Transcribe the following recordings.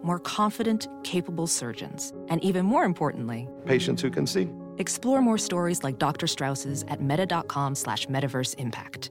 More confident, capable surgeons. And even more importantly, Patients who can see. explore more stories like Dr. Strauss's at meta.com slash metaverse impact.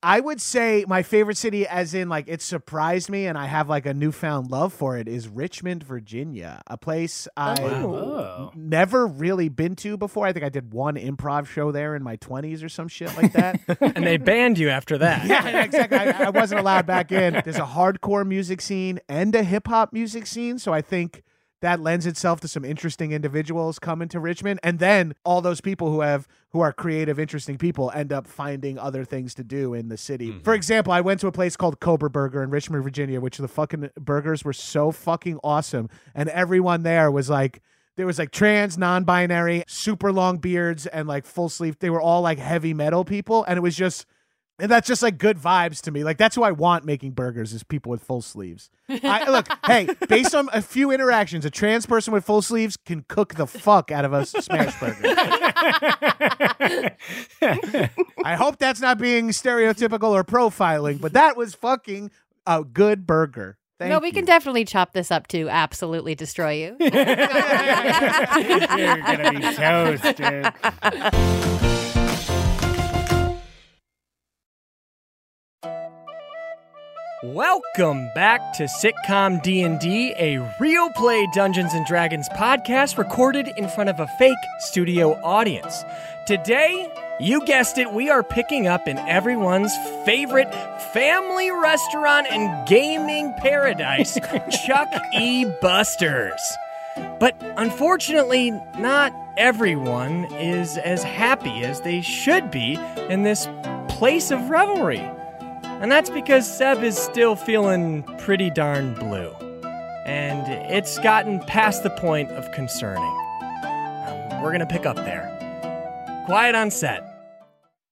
I would say my favorite city, as in like it surprised me, and I have like a newfound love for it, is Richmond, Virginia, a place I Oh. never really been to before. I think I did one improv show there in my twenties or some shit like that. and they banned you after that. yeah, exactly. I, I wasn't allowed back in. There's a hardcore music scene and a hip hop music scene, so I think that lends itself to some interesting individuals coming to Richmond, and then all those people who have who are creative, interesting people end up finding other things to do in the city. For example, I went to a place called Cobra Burger in Richmond, Virginia, which the fucking burgers were so fucking awesome, and everyone there was like there was like trans, non-binary, super long beards, and like full sleeve. They were all like heavy metal people, and it was just, and that's just like good vibes to me. Like that's who I want making burgers is people with full sleeves. I, look, hey, based on a few interactions, a trans person with full sleeves can cook the fuck out of a smash burger. I hope that's not being stereotypical or profiling, but that was fucking a good burger. Thank no, we you. can definitely chop this up to absolutely destroy you. You're gonna be toasted. Welcome back to Sitcom D&D, a real play Dungeons and Dragons podcast recorded in front of a fake studio audience. Today, you guessed it, we are picking up in everyone's favorite family restaurant and gaming paradise, Chuck E. Buster's. But unfortunately, not everyone is as happy as they should be in this place of revelry. And that's because Seb is still feeling pretty darn blue. And it's gotten past the point of concerning. Um, we're gonna pick up there. Quiet on set.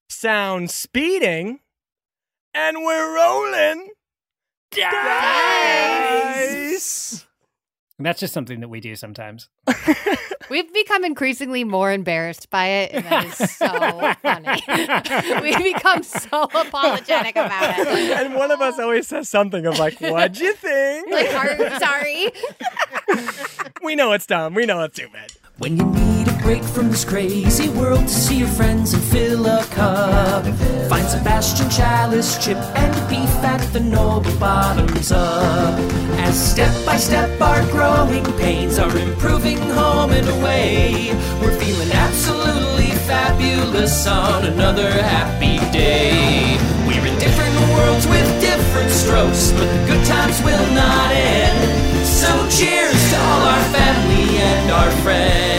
Sound speeding. And we're rolling. Dice! And that's just something that we do sometimes. We've become increasingly more embarrassed by it, and that is so funny. we become so apologetic about it. and one of us always says something of like, "What'd you think?" Like, our, sorry. We know it's dumb. We know it's stupid. When you need a break from this crazy world to see your friends and fill a cup, find Sebastian Chalice, Chip, and Beef at the Noble Bottoms Up. As step by step our growing pains are improving home and away, we're feeling absolutely fabulous on another happy day. We're in different worlds with different strokes, but the good times will not end. So cheers to all our family and our friends.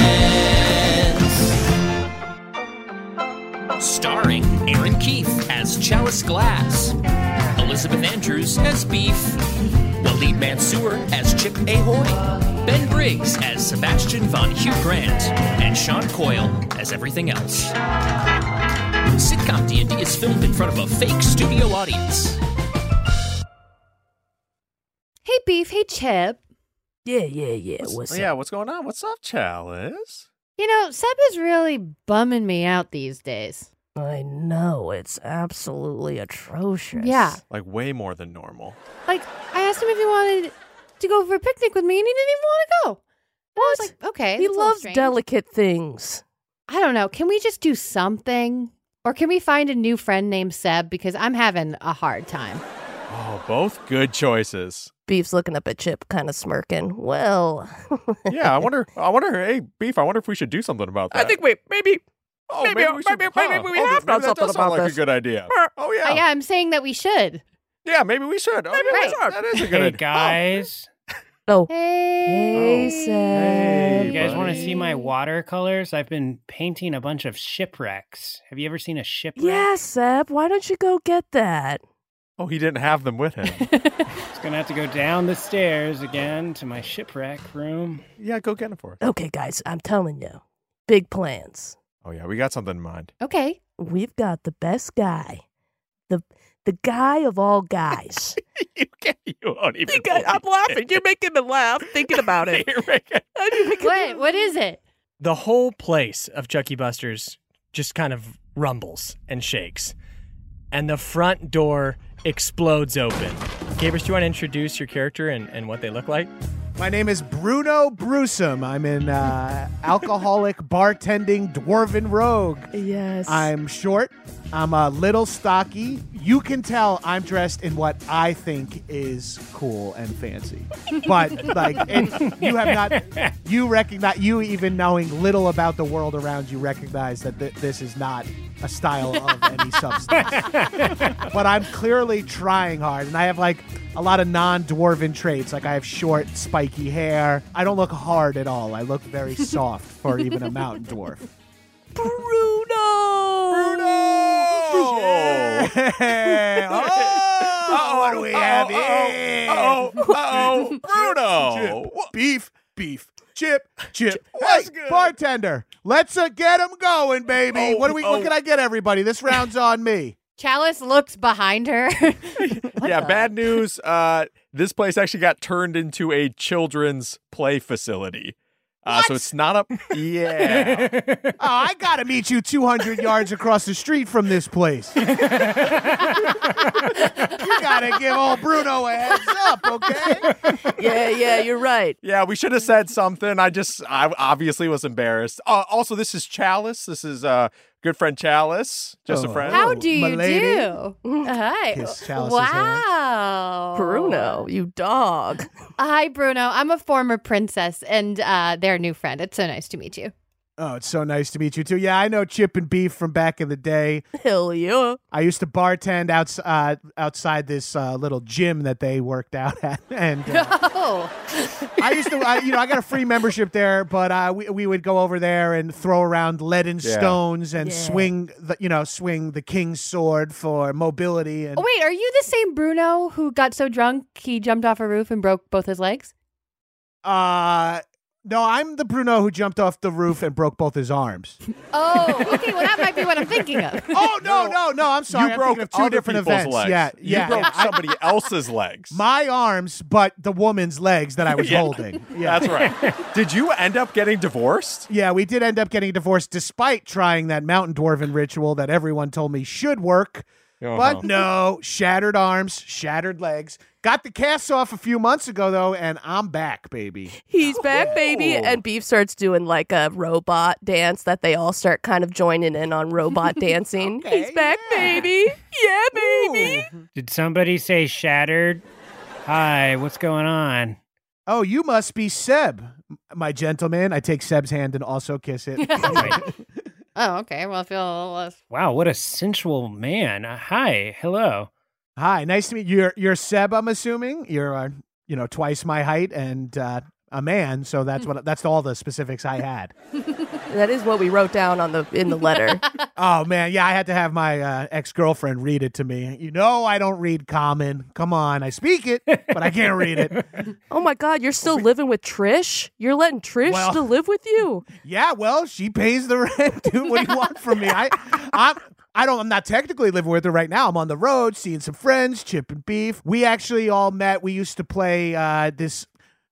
Starring Aaron Keith as Chalice Glass, Elizabeth Andrews as Beef, Waleed Mansour as Chip Ahoy, Ben Briggs as Sebastian von Hugh Grant, and Sean Coyle as everything else. Sitcom D&D is filmed in front of a fake studio audience. Hey, Beef. Hey, Chip. Yeah, yeah, yeah. What's yeah, what's going on? What's up, Chalice? You know, Seb is really bumming me out these days. I know it's absolutely atrocious. Yeah. Like way more than normal. Like, I asked him if he wanted to go for a picnic with me, and he didn't even want to go. And I was What? like, okay. He that's a little loves strange. delicate things. I don't know. Can we just do something? Or can we find a new friend named Seb? Because I'm having a hard time. Oh, both good choices. Beef's looking up at Chip, kind of smirking. Well, Yeah, I wonder. I wonder. Hey, beef. I wonder if we should do something about that. I think we maybe Oh, maybe- maybe we should. maybe- maybe huh. we Oh, have maybe done that something does sound about like this. a good idea. Oh Oh, yeah. yeah, I'm saying that we should. Yeah, maybe we should. Oh, Maybe yeah, we that's- That should. is a good Hey idea. guys, Oh. no. Hey, Hey, Hey, you guys want to see my buddy. watercolors? I've been painting a bunch of shipwrecks. Have you ever seen a shipwreck? Yeah, Seb, why don't you go get that? Oh, he didn't have them with him. Just gonna have to go down the stairs again to my shipwreck room. yeah, go get him for it. Okay, guys, I'm telling you, big plans. Oh yeah, we got something in mind. Okay. We've got the best guy, the the guy of all guys. you can't. You won't even. Think I- I'm laughing. You're making me laugh thinking about it. You're making- I'm making- What? What is it? The whole place of Chucky Buster's just kind of rumbles and shakes, and the front door explodes open. Gabrus, do you want to introduce your character and, and what they look like? My name is Bruno Brewsome. I'm an uh, alcoholic bartending dwarven rogue. Yes. I'm short. I'm a little stocky. You can tell I'm dressed in what I think is cool and fancy. But like it, you have not you recognize you even knowing little about the world around you recognize that th- this is not a style of any substance. but I'm clearly trying hard and I have like a lot of non-dwarven traits like I have short spiky hair. I don't look hard at all. I look very soft for even a mountain dwarf. Oh. oh, what do we have here? Oh, oh, Chip, Bruno. beef, beef, chip, chip. That's Hey, good. bartender, let's uh, get them going, baby. Oh, what do we? What oh. can I get everybody? This round's on me. Chalice looks behind her. yeah, bad news. Uh, this place actually got turned into a children's play facility. Uh, so it's not a. Yeah. Oh, I gotta meet you 200 yards across the street from this place. you gotta give old Bruno a heads up, okay? yeah, yeah, you're right. yeah, we should have said something. I just, I obviously was embarrassed. Uh, also, this is Chalice. This is uh, good friend Chalice. Just Oh. a friend. How do my you lady. do? Hi. Kiss Chalice's Wow. Bruno, you dog. Hi, Bruno. I'm a former princess and uh, their new friend. It's so nice to meet you. Oh, it's so nice to meet you too. Yeah, I know Chip and Beef from back in the day. Hell yeah. I used to bartend outs- uh, outside this uh, little gym that they worked out at, and uh, Oh. I used to, I, you know, I got a free membership there, but uh, we we would go over there and throw around leaden Yeah. stones and Yeah. swing, the, you know, swing the king's sword for mobility and. Oh, Wait, are you the same Bruno who got so drunk he jumped off a roof and broke both his legs? Uh, no, I'm the Bruno who jumped off the roof and broke both his arms. Oh, okay. Well, that might be what I'm thinking of. Oh no, no, no! I'm sorry. you I'm broke thinking of two other different people's events. legs. Yeah, you yeah. broke somebody else's legs. My arms, but the woman's legs that I was Yeah. holding. Yeah. That's right. Did you end up getting divorced? Yeah, we did end up getting divorced despite trying that mountain dwarven ritual that everyone told me should work. Uh-huh. But no, shattered arms, shattered legs. Got the cast off a few months ago though, and I'm back, baby. He's back, baby. Oh. And Beef starts doing like a robot dance that they all start kind of joining in on robot dancing. Okay, He's back, yeah. baby. Yeah, baby. Did somebody say shattered? Hi, what's going on? Oh, you must be Seb, my gentleman. I take Seb's hand and also kiss it. Oh, okay. Well, I feel a little less. Wow, what a sensual man. Uh, hi, hello. Hi, nice to meet you. You're, you're Seb, I'm assuming. You're, uh, you know, twice my height and uh, a man, so that's what that's all the specifics I had. That is what we wrote down on the in the letter. Oh man, yeah, I had to have my uh, ex girlfriend read it to me. You know, I don't read common. Come on, I speak it, but I can't read it. oh my God, you're still living with Trish? You're letting Trish Well- still live with you? Yeah, well, she pays the rent, dude. What do you want from me? I, I'm. I don't. I'm not technically living with her right now. I'm on the road, seeing some friends, chip and beef. We actually all met. We used to play uh, this.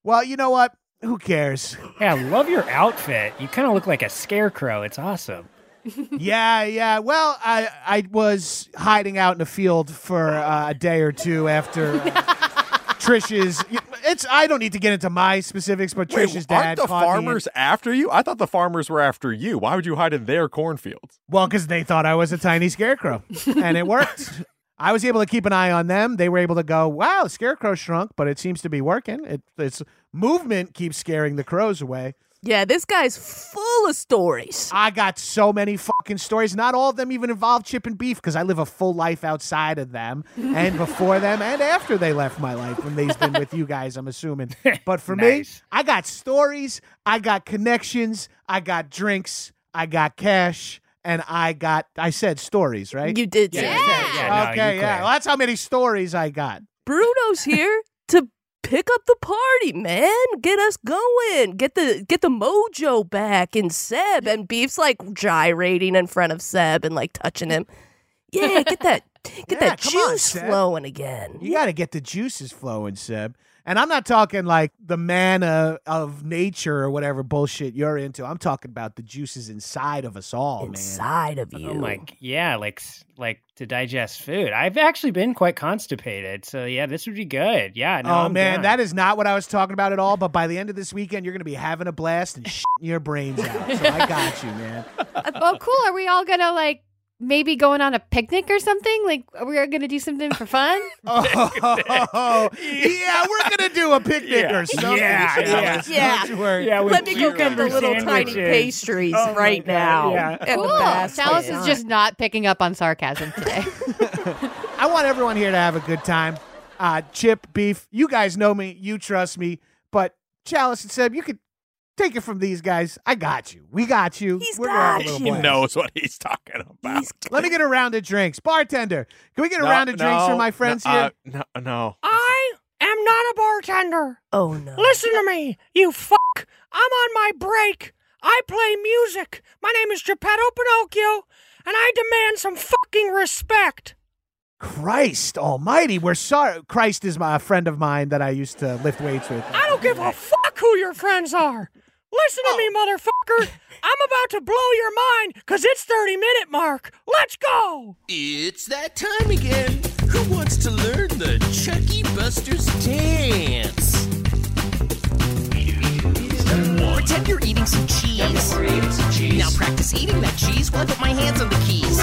Well, you know what? Who cares? Hey, I love your outfit. You kind of look like a scarecrow. It's awesome. yeah, yeah. Well, I I was hiding out in a field for uh, a day or two after uh, Trish's. It's I don't need to get into my specifics, but Wait, Trish's aren't dad. the caught me in- farmers after you? I thought the farmers were after you. Why would you hide in their cornfields? Well, because they thought I was a tiny scarecrow, and it worked. I was able to keep an eye on them. They were able to go, "Wow, the scarecrow shrunk, but it seems to be working. It, its movement keeps scaring the crows away." Yeah, this guy's full of stories. I got so many fucking stories. Not all of them even involve chip and beef because I live a full life outside of them and before them and after they left my life when they've been with you guys, I'm assuming. But for Nice. me, I got stories, I got connections, I got drinks, I got cash, and I got I said stories, right? You did Yeah. say Yeah. that. Yeah, no, okay, you yeah. clear. Well, that's how many stories I got. Bruno's here to pick up the party, man. Get us going. Get the get the mojo back in Seb. And Beef's like gyrating in front of Seb and like touching him. Yeah, get that get Yeah, that come on, juice Seb. flowing again. You got to get the juices flowing, Seb. And I'm not talking like the manna of nature or whatever bullshit you're into. I'm talking about the juices inside of us all, man. inside of you. Oh my, g- yeah, like s- like to digest food. I've actually been quite constipated, so yeah, this would be good. Yeah, no, oh I'm man, down. that is not what I was talking about at all. But by the end of this weekend, you're gonna be having a blast and shitting your brains out. So I got you, man. oh, cool. Are we all gonna like maybe going on a picnic or something? Like are we gonna do something for fun? Oh, yeah, we're gonna do a picnic Yeah. or something. Yeah, yeah. Yeah. Don't you worry. Yeah, with Let me go get the cucumber little tiny sandwiches. pastries Oh my God, right now. yeah. And the cool. basket. Dallas is just not picking up on sarcasm today. I want everyone here to have a good time. Uh, Chip, Beef, you guys know me. You trust me. But Chalice and Seb, you could take it from these guys. I got you. We got you. He's We're gonna have a got little He blast. knows what he's talking about. He's- Let me get a round of drinks. Bartender, can we get a No, round of drinks no, for my friends no, here? uh, no, no. I am not a bartender. Oh no. Listen to me, you fuck. I'm on my break. I play music. My name is Geppetto Pinocchio, and I demand some fucking respect. Christ almighty. We're sorry. Christ is my, a friend of mine that I used to lift weights with. I don't give a fuck who your friends are. Listen to Oh. me, motherfucker. I'm about to blow your mind because it's 30 minute mark. Let's go. It's that time again. Who wants to learn the Chucky Buster's dance? Pretend you're eating some cheese. Now practice eating that cheese while I put my hands on the keys.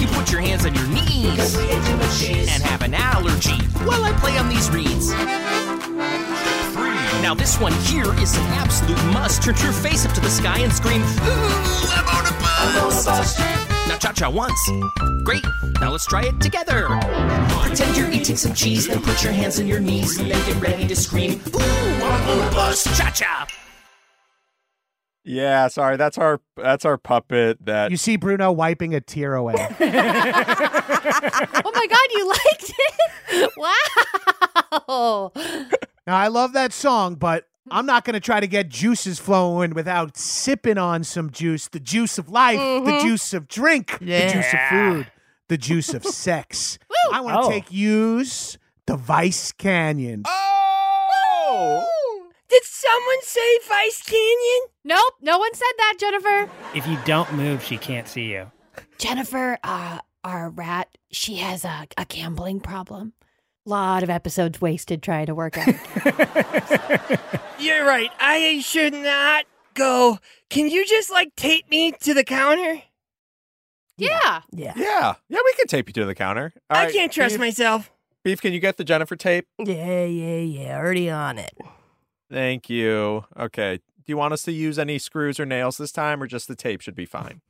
You put your hands on your knees and have an allergy while I play on these reeds. Now this one here is an absolute must. Turn your face up to the sky and scream, Ooh, I'm on a bus. Now cha-cha once. Great. Now let's try it together. Pretend you're eating some cheese, then put your hands on your knees, and then get ready to scream, Ooh, I'm on a bus. Cha-cha. Yeah, sorry. That's our that's our puppet. That You see Bruno wiping a tear away. oh my god, you liked it? Wow. Now I love that song, but I'm not going to try to get juices flowing without sipping on some juice. The juice of life, the juice of drink, the juice of food, the juice of sex. I want to Oh. take yous to Vice Canyon. oh, Did someone say Vice Canyon? Nope, no one said that, Jennifer. If you don't move, she can't see you. Jennifer, uh, our rat, she has a, a gambling problem. Lot of episodes wasted trying to work out. You're right. I should not go. Can you just like tape me to the counter? yeah. Yeah. yeah, yeah. We can tape you to the counter. All I right, can't trust Beef, myself. Beef, can you get the Jennifer tape? Yeah, yeah, yeah. Already on it. Thank you. Okay. Do you want us to use any screws or nails this time, or just the tape should be fine?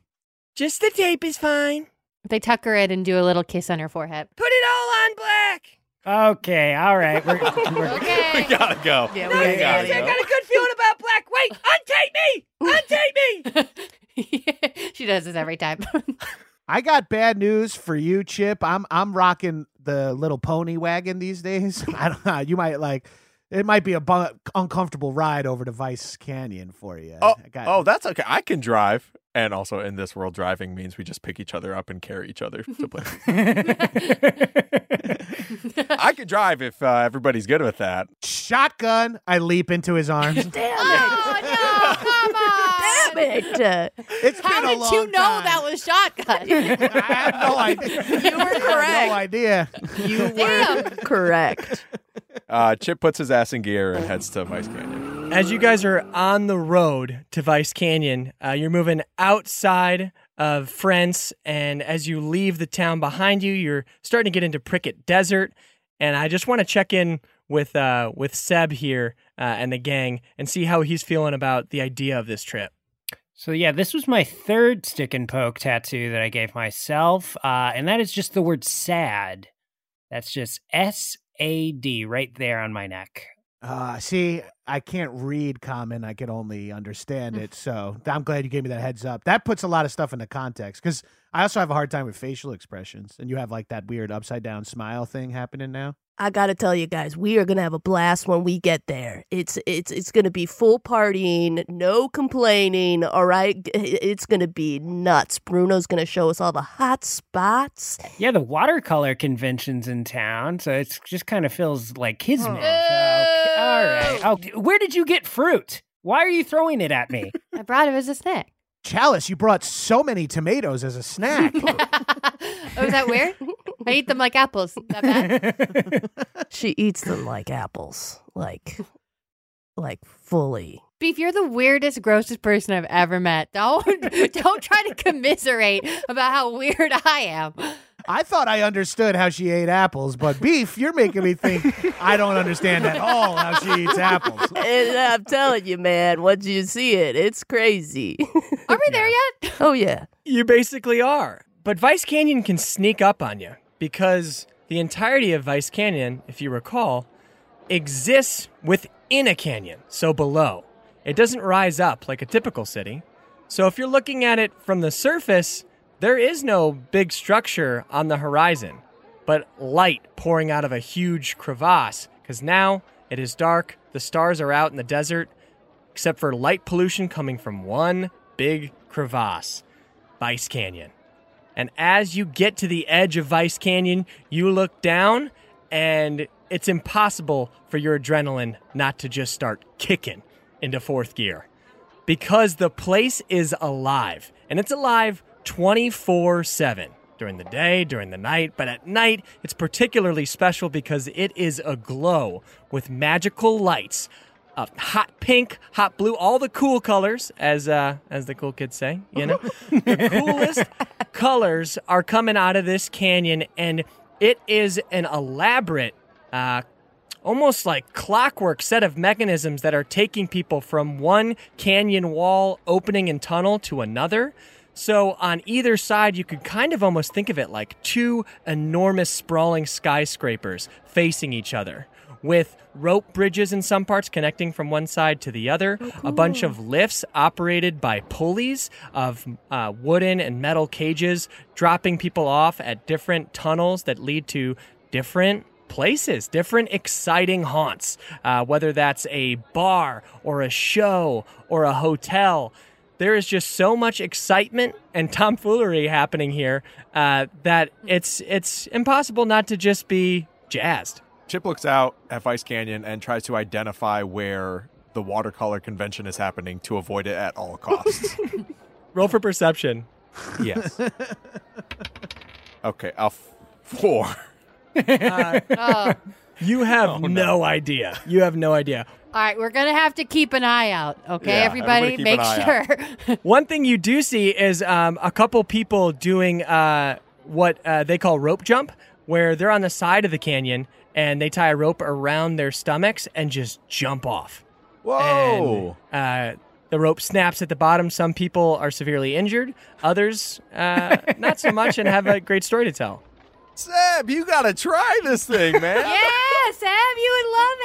Just the tape is fine. They tuck her in and do a little kiss on her forehead. Put it all on black. Okay, all right. We're, we're, We Okay. gotta go. Yeah, No, we you gotta guys, I got a good feeling about black. Wait, untape me! Untape me! she does this every time. I got bad news for you, Chip. I'm I'm rocking the little pony wagon these days. I don't know. You might like it might be a bu- uncomfortable ride over to Vice Canyon for you. Oh, I got- oh, that's okay. I can drive. And also, in this world, driving means we just pick each other up and carry each other to places. I could drive if uh, everybody's good with that. shotgun. I leap into his arms. oh, no, come on. Damn it. Uh, It's How been a did long you know time. that was shotgun? I have no idea. You were I have correct. no idea. You were correct. Uh, Chip puts his ass in gear and heads to Vice Canyon. As you guys are on the road to Vice Canyon, uh, you're moving outside of France, and as you leave the town behind you, you're starting to get into Prickett Desert. And I just want to check in with uh, with Seb here uh, and the gang and see how he's feeling about the idea of this trip. So yeah, this was my third stick and poke tattoo that I gave myself, uh, and that is just the word "sad." That's just S A D right there on my neck. Uh, see, I can't read common. I can only understand it. So I'm glad you gave me that heads up. That puts a lot of stuff into context because I also have a hard time with facial expressions. And you have like that weird upside down smile thing happening now. I gotta tell you guys, we are gonna have a blast when we get there. It's it's it's gonna be full partying, no complaining. All right, it's gonna be nuts. Bruno's gonna show us all the hot spots. Yeah, the watercolor convention's in town, so it's just kind of feels like kismet. Oh. So, okay, all right. Oh, d- where did you get fruit? Why are you throwing it at me? I brought it as a snack. Chalice, you brought so many tomatoes as a snack. oh, is that weird? I eat them like apples. Not bad. She eats them like apples, like like fully. Beef, you're the weirdest, grossest person I've ever met. Don't don't try to commiserate about how weird I am. I thought I understood how she ate apples, but beef, you're making me think I don't understand at all how she eats apples. And I'm telling you, man, once you see it, it's crazy. Are we there yet? oh yeah. You basically are. But Vice Canyon can sneak up on you because the entirety of Vice Canyon, if you recall, exists within a canyon, so below. It doesn't rise up like a typical city. So if you're looking at it from the surface, there is no big structure on the horizon, but light pouring out of a huge crevasse because now it is dark, the stars are out in the desert, except for light pollution coming from one big crevasse. Vice Canyon. And as you get to the edge of Vice Canyon, you look down, and it's impossible for your adrenaline not to just start kicking into fourth gear because the place is alive. And it's alive 24 7 during the day, during the night. But at night, it's particularly special because it is aglow with magical lights. Uh, hot pink, hot blue, all the cool colors, as uh, as the cool kids say, you know, the coolest colors are coming out of this canyon, and it is an elaborate uh, almost like clockwork set of mechanisms that are taking people from one canyon wall opening and tunnel to another. So on either side, you could kind of almost think of it like two enormous sprawling skyscrapers facing each other. With rope bridges in some parts connecting from one side to the other, a bunch of lifts operated by pulleys of uh, wooden and metal cages, dropping people off at different tunnels that lead to different places, different exciting haunts, uh, whether that's a bar or a show or a hotel. There is just so much excitement and tomfoolery happening here uh, that it's it's impossible not to just be jazzed. Chip looks out at Vice Canyon and tries to identify where the watercolor convention is happening to avoid it at all costs. Roll for perception. yes. Okay, I'll f- four. Uh, Oh. You have no. no. idea. You have no idea. All right, we're gonna have to keep an eye out, okay? Yeah, everybody, everybody keep make an eye sure. One thing you do see is um, a couple people doing uh, what uh, they call rope jump, where they're on the side of the canyon and they tie a rope around their stomachs and just jump off. Whoa. And, uh, the rope snaps at the bottom. Some people are severely injured, others uh, not so much, and have a great story to tell. Seb, you gotta try this thing, man. yeah, Sam, you would love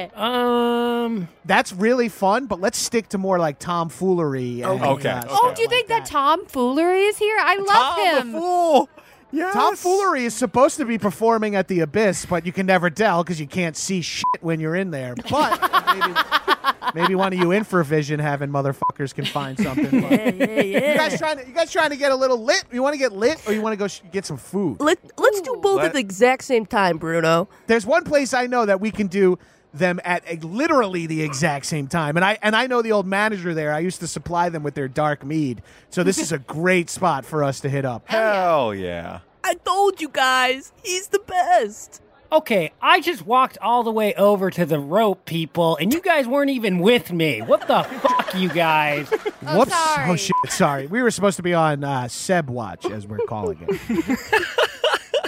it. Um, That's really fun, but let's stick to more like tomfoolery. And, Okay, uh, okay. Oh, do you like think that. Tom Foolery is here? I love Tom him. the fool. Yes. Tomfoolery is supposed to be performing at the abyss, but you can never tell because you can't see shit when you're in there. But maybe, maybe one of you infravision having motherfuckers can find something. But Yeah, yeah, yeah. You guys trying to you guys trying to get a little lit? You want to get lit, or you want to go sh- get some food? Let let's do both at Let- the exact same time, Bruno. There's one place I know that we can do them at a, literally the exact same time, and I and I know the old manager there. I used to supply them with their dark mead, so this is a great spot for us to hit up. Hell yeah. I told you guys, he's the best. okay, I just walked all the way over to the rope people, and you guys weren't even with me. What the fuck, you guys? Oh, Whoops! sorry. Oh shit! Sorry, we were supposed to be on uh, Seb Watch as we're calling it.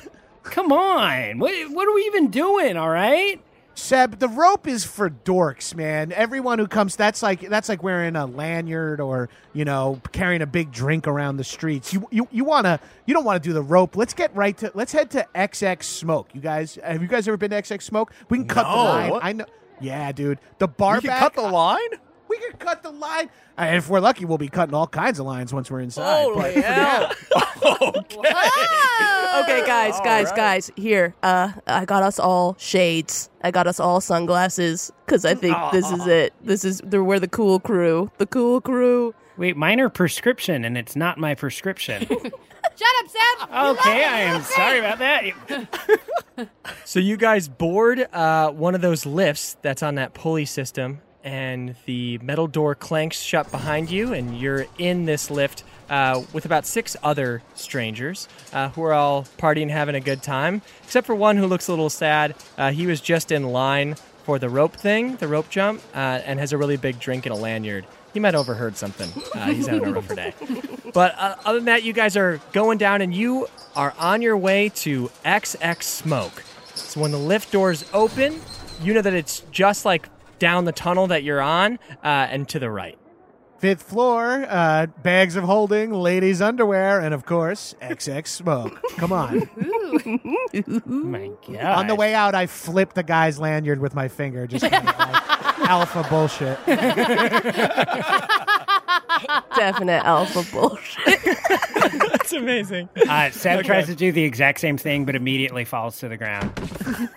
Come on, what what are we even doing? All right. Seb, the rope is for dorks, man. Everyone who comes, that's like that's like wearing a lanyard or you know carrying a big drink around the streets. You you you wanna you don't want to do the rope. Let's get right to let's head to XX Smoke. You guys, have you guys ever been to XX Smoke? We can cut the No. line. I know. Yeah, dude. The We bar can back. cut the line? we can cut the line. Uh, if we're lucky, we'll be cutting all kinds of lines once we're inside. but- Holy hell. Oh. okay, guys, guys, guys. Here, uh, I got us all shades. I got us all sunglasses because I think this is it. This is the, we're the cool crew. The cool crew. Wait, mine are prescription, and it's not my prescription. okay, Shut up, Seb. You love it. I am sorry about that. So you guys board uh, one of those lifts that's on that pulley system, and the metal door clanks shut behind you, and you're in this lift uh, with about six other strangers uh, who are all partying, having a good time, except for one who looks a little sad. Uh, he was just in line for the rope thing, the rope jump, uh, and has a really big drink and a lanyard. He might have overheard something. Uh, he's having a rougher day. But uh, other than that, you guys are going down, and you are on your way to XX Smoke. So when the lift doors open, you know that it's just like down the tunnel that you're on uh, and to the right. Fifth floor, uh, bags of holding, ladies' underwear, and of course, XX smoke. Come on. Oh my god. On the way out, I flipped the guy's lanyard with my finger, just kind of like alpha bullshit. Definite alpha bullshit. That's amazing. Uh, Seb tries to do the exact same thing, but immediately falls to the ground.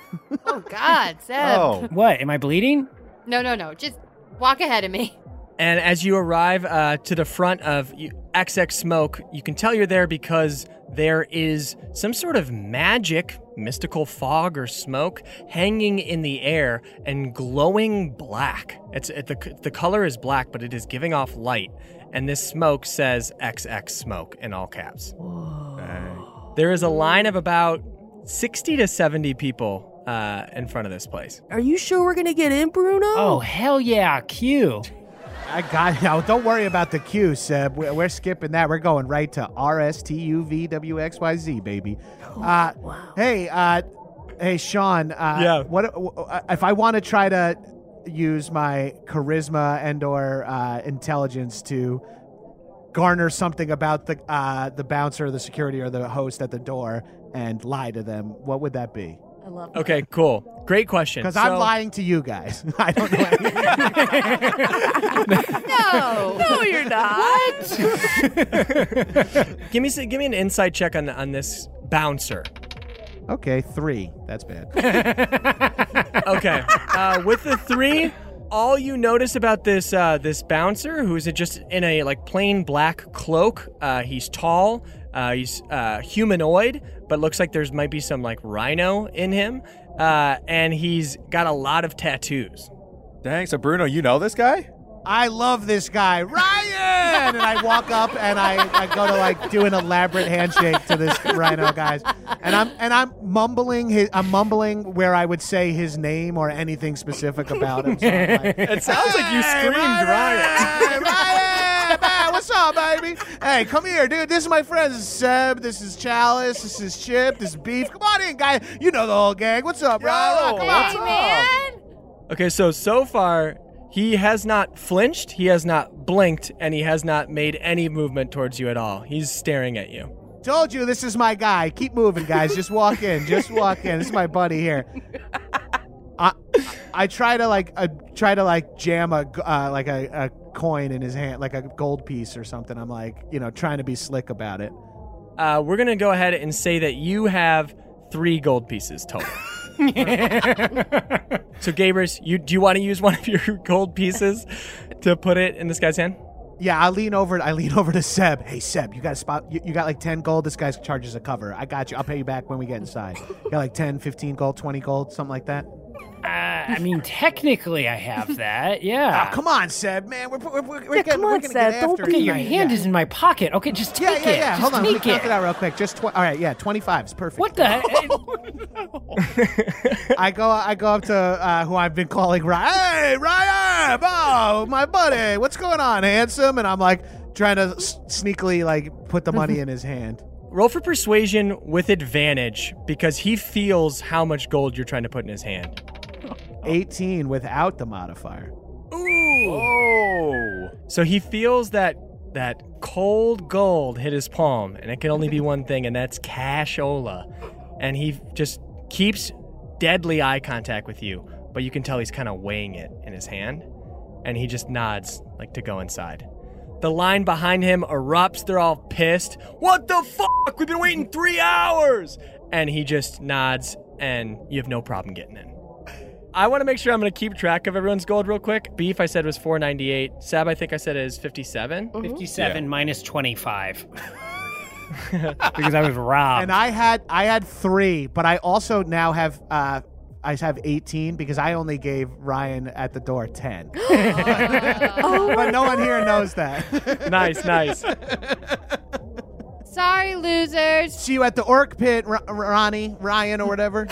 Oh God, Seb. Oh. What? Am I bleeding? No, no, no. Just walk ahead of me. And as you arrive uh, to the front of you- XX Smoke, you can tell you're there because there is some sort of magic, mystical fog or smoke hanging in the air and glowing black. It's it, the c- the color is black, but it is giving off light. And this smoke says XX Smoke in all caps. There is a line of about sixty to seventy people uh, in front of this place. Are you sure we're gonna get in, Bruno? Oh, hell yeah, Q. I got now. Don't worry about the Q, Seb. We're, we're skipping that. We're going right to R S T U V W X Y Z, baby. Oh, Uh, Hey, uh, hey, Sean. Uh, Yeah. What uh, if I want to try to use my charisma and/or uh, intelligence to garner something about the uh, the bouncer, the security, or the host at the door and lie to them? What would that be? I love. Okay, cool, great question. Because So- I'm lying to you guys. I don't know. anything. No. No, you're not. what? Give me s- give me an insight check on on this bouncer. okay, three. That's bad. Okay, uh, with the three, all you notice about this uh, this bouncer, who is just in a like plain black cloak. Uh, he's tall. Uh, he's uh, humanoid, but looks like there's might be some like rhino in him, uh, and he's got a lot of tattoos. Dang, so Bruno, you know this guy? I love this guy, Ryan. and I walk up and I, I go to like do an elaborate handshake to this rhino guys. And I'm and I'm mumbling his I'm mumbling where I would say his name or anything specific about him. So I'm like, It sounds like you screamed riot. Hey, Ryan! Hey, what's up, baby? Hey, come here, dude. This is my friend. This is Seb. This is Chalice. This is Chip. This is Beef. Come on in, guy. You know the whole gang. What's up, bro? Come on. Hey, man. Okay, so so far he has not flinched, he has not blinked, and he has not made any movement towards you at all. He's staring at you. Told you this is my guy. Keep moving, guys. Just walk in. Just walk in. This is my buddy here. I I try to like uh, try to like jam a g- uh, like a, a coin in his hand, like a gold piece or something. I'm like you know trying to be slick about it. Uh, we're gonna go ahead and say that you have three gold pieces total. so, Gabrus, you do you want to use one of your gold pieces to put it in this guy's hand? Yeah, I lean over. I lean over to Seb. Hey Seb, you got a spot? You, you got like ten gold. This guy charges a cover. I got you. I'll pay you back when we get inside. You got like 10, 15 gold, twenty gold, something like that. Uh, I mean, technically, I have that. Yeah. Oh, come on, Seb, man. We're we're, we're, we're Yeah, getting come we're on, gonna Seb, Get don't after it Okay, your tonight. hand Yeah. is in my pocket. Okay, just take Yeah, yeah, it. yeah. Hold Just on. Let me take count it. it out real quick. Just tw- all right. Yeah, twenty five is perfect. What the? I go, I go up to uh, who I've been calling Ryan. Hey, Ryan, oh my buddy, what's going on, handsome? And I'm like trying to s- sneakily like put the money in his hand. Roll for persuasion with advantage because he feels how much gold you're trying to put in his hand. Eighteen without the modifier. Oh. So he feels that that cold gold hit his palm, and it can only be one thing, and that's cashola. And he just keeps deadly eye contact with you but you can tell he's kind of weighing it in his hand. And he just nods, like to go inside. The line behind him erupts. They're all pissed. What the fuck? We've been waiting three hours. And he just nods, and you have no problem getting in. I want to make sure I'm going to keep track of everyone's gold real quick. Beef, I said was 498. Sab, I think I said is 57. 57 minus 25. because I was robbed. and I had I had three, but I also now have uh, I have eighteen because I only gave Ryan at the door ten. but no one here knows that. nice, nice. Sorry, losers. See you at the orc pit, R- Ronnie, Ryan, or whatever.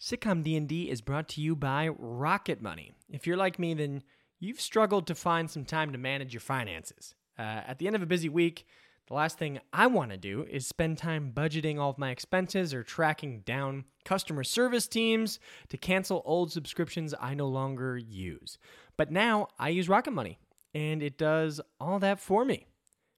Sitcom D&D is brought to you by Rocket Money. If you're like me, then you've struggled to find some time to manage your finances. Uh, at the end of a busy week, the last thing I want to do is spend time budgeting all of my expenses or tracking down customer service teams to cancel old subscriptions I no longer use. But now I use Rocket Money, and it does all that for me.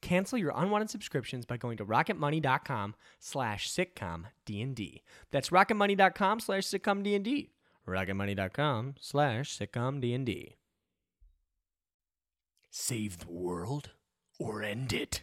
Cancel your unwanted subscriptions by going to rocketmoney.com slash sitcom D&D. That's rocketmoney.com slash sitcom D&D. rocketmoney.com slash sitcom D&D. Save the world or end it.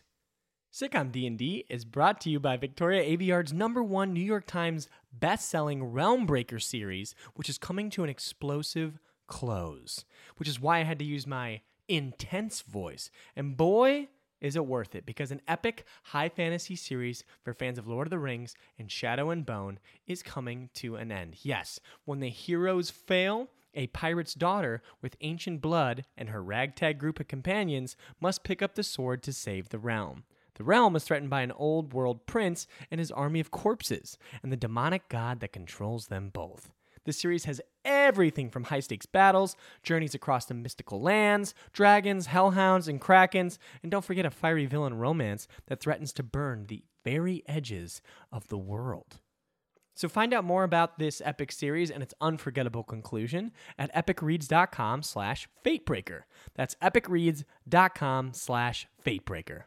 Sitcom D&D is brought to you by Victoria Aveyard's number one New York Times best-selling Realm Breaker series, which is coming to an explosive close, which is why I had to use my intense voice. And boy, is it worth it, because an epic high fantasy series for fans of Lord of the Rings and Shadow and Bone is coming to an end. Yes, when the heroes fail, a pirate's daughter with ancient blood and her ragtag group of companions must pick up the sword to save the realm. The realm is threatened by an old world prince and his army of corpses, and the demonic god that controls them both. The series has everything from high stakes battles, journeys across the mystical lands, dragons, hellhounds, and krakens, and don't forget a fiery villain romance that threatens to burn the very edges of the world. So find out more about this epic series and its unforgettable conclusion at epicreads.com slash fatebreaker. That's epicreads.com slash fatebreaker.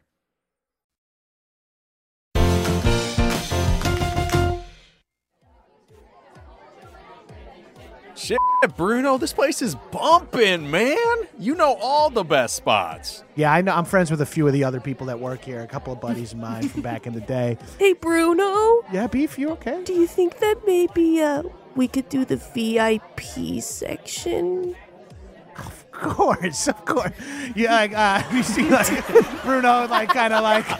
Shit, Bruno, this place is bumping, man. You know all the best spots. yeah, I know. I'm friends with a few of the other people that work here. A couple of buddies of mine from back in the day. Hey, Bruno, Yeah, beef, you okay? do you think that maybe uh, we could do the VIP section? Of course, of course. Yeah, like uh, you see, like Bruno, like kind of like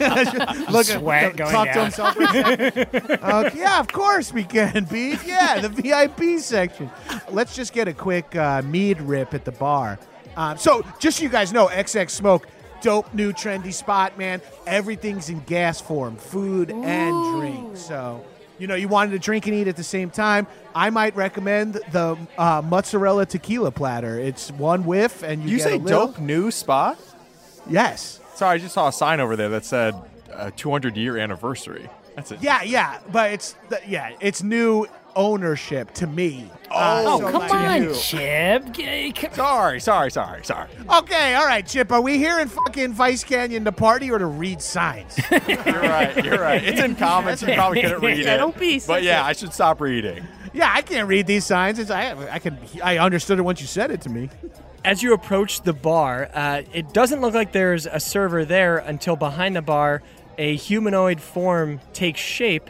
look at Sweat going talk to down. himself. For a second. Uh, yeah, of course we can be. Yeah, the VIP section. Let's just get a quick uh, mead rip at the bar. Um, so, just so you guys know, XX Smoke, dope new trendy spot, man. Everything's in gas form, food and drink. So. You know, you wanted to drink and eat at the same time. I might recommend the uh, mozzarella tequila platter. It's one whiff, and you, You get say a little- dope new spot? Yes. Sorry, I just saw a sign over there that said uh, 200 year anniversary. That's it. Yeah, yeah, but it's the, yeah, it's new ownership to me. Uh, Oh, so Come like- on, Chip. G- c- Sorry, sorry, sorry, sorry. Okay, all right, Chip. Are we here in fucking Vice Canyon to party or to read signs? You're right. You're right. It's in comments. You probably couldn't read Yeah, it. don't be But sensitive. yeah, I should stop reading. yeah, I can't read these signs. It's, I, I can, I understood it once you said it to me. As you approach the bar, uh, it doesn't look like there's a server there until behind the bar, a humanoid form takes shape,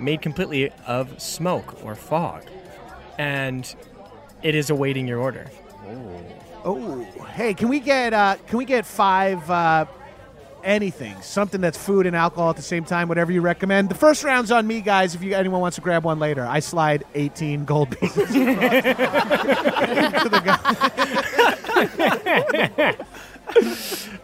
made completely of smoke or fog, and it is awaiting your order. Oh, hey, can we get, uh, can we get five, uh, anything, something that's food and alcohol at the same time, whatever you recommend. The first round's on me, guys. If you anyone wants to grab one later, I slide eighteen gold pieces across to the guy.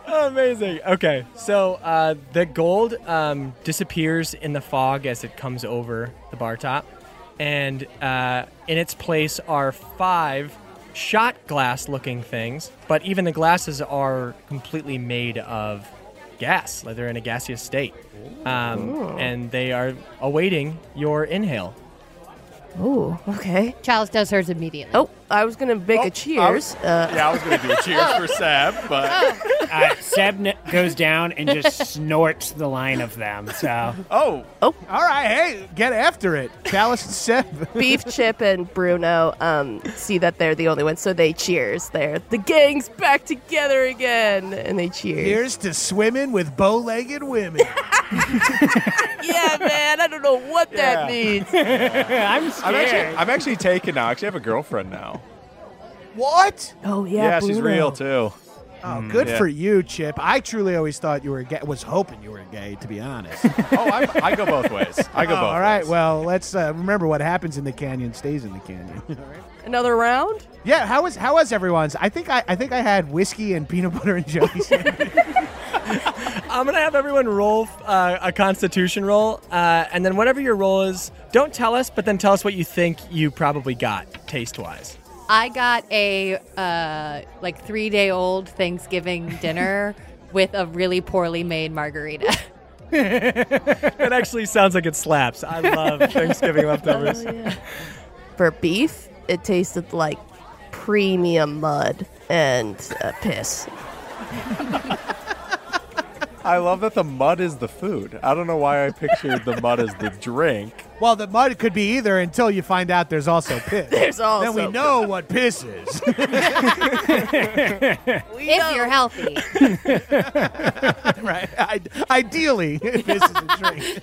Amazing. Okay, so uh, the gold um, disappears in the fog as it comes over the bar top, and uh, in its place are five shot glass looking things, but even the glasses are completely made of gas. Like they're in a gaseous state. Um, and they are awaiting your inhale. Ooh, okay. Chalice does hers immediately. Oh, I was gonna make a cheers. uh, Yeah, I was going to do a cheers for Seb, but Uh, Seb n- goes down and just snorts the line of them. So oh, All right, hey, get after it. Chalice and Seb. Beef Chip and Bruno um, see that they're the only ones, so they cheers. They're the gang's back together again, and they cheers. Here's to swimming with bow-legged women. Yeah, man, I don't know what that means. I'm I'm scared. actually, I'm actually taken now. I actually have a girlfriend now. what? Oh yeah, Yeah, she's Bruno. real too. Mm, Oh, good yeah. for you, Chip. I truly always thought you were gay. Was hoping you were gay, to be honest. Oh, I'm, I go both ways. I go both. Oh, All right. ways. Well, let's uh, remember what happens in the canyon stays in the canyon. Another round? yeah. How was how was everyone's? I think I I think I had whiskey and peanut butter and jelly. sandwich. I'm gonna have everyone roll uh, a Constitution roll, uh, and then whatever your roll is, don't tell us, but then tell us what you think you probably got taste wise. I got a uh, like three day old Thanksgiving dinner with a really poorly made margarita. It actually sounds like it slaps. I love Thanksgiving leftovers. For beef, it tasted like premium mud and uh, piss. I love that the mud is the food. I don't know why I pictured the mud as the drink. well, the mud could be either until you find out there's also piss. There's also Then we know what piss is. We know. if you're healthy, right. I, ideally, piss is a drink.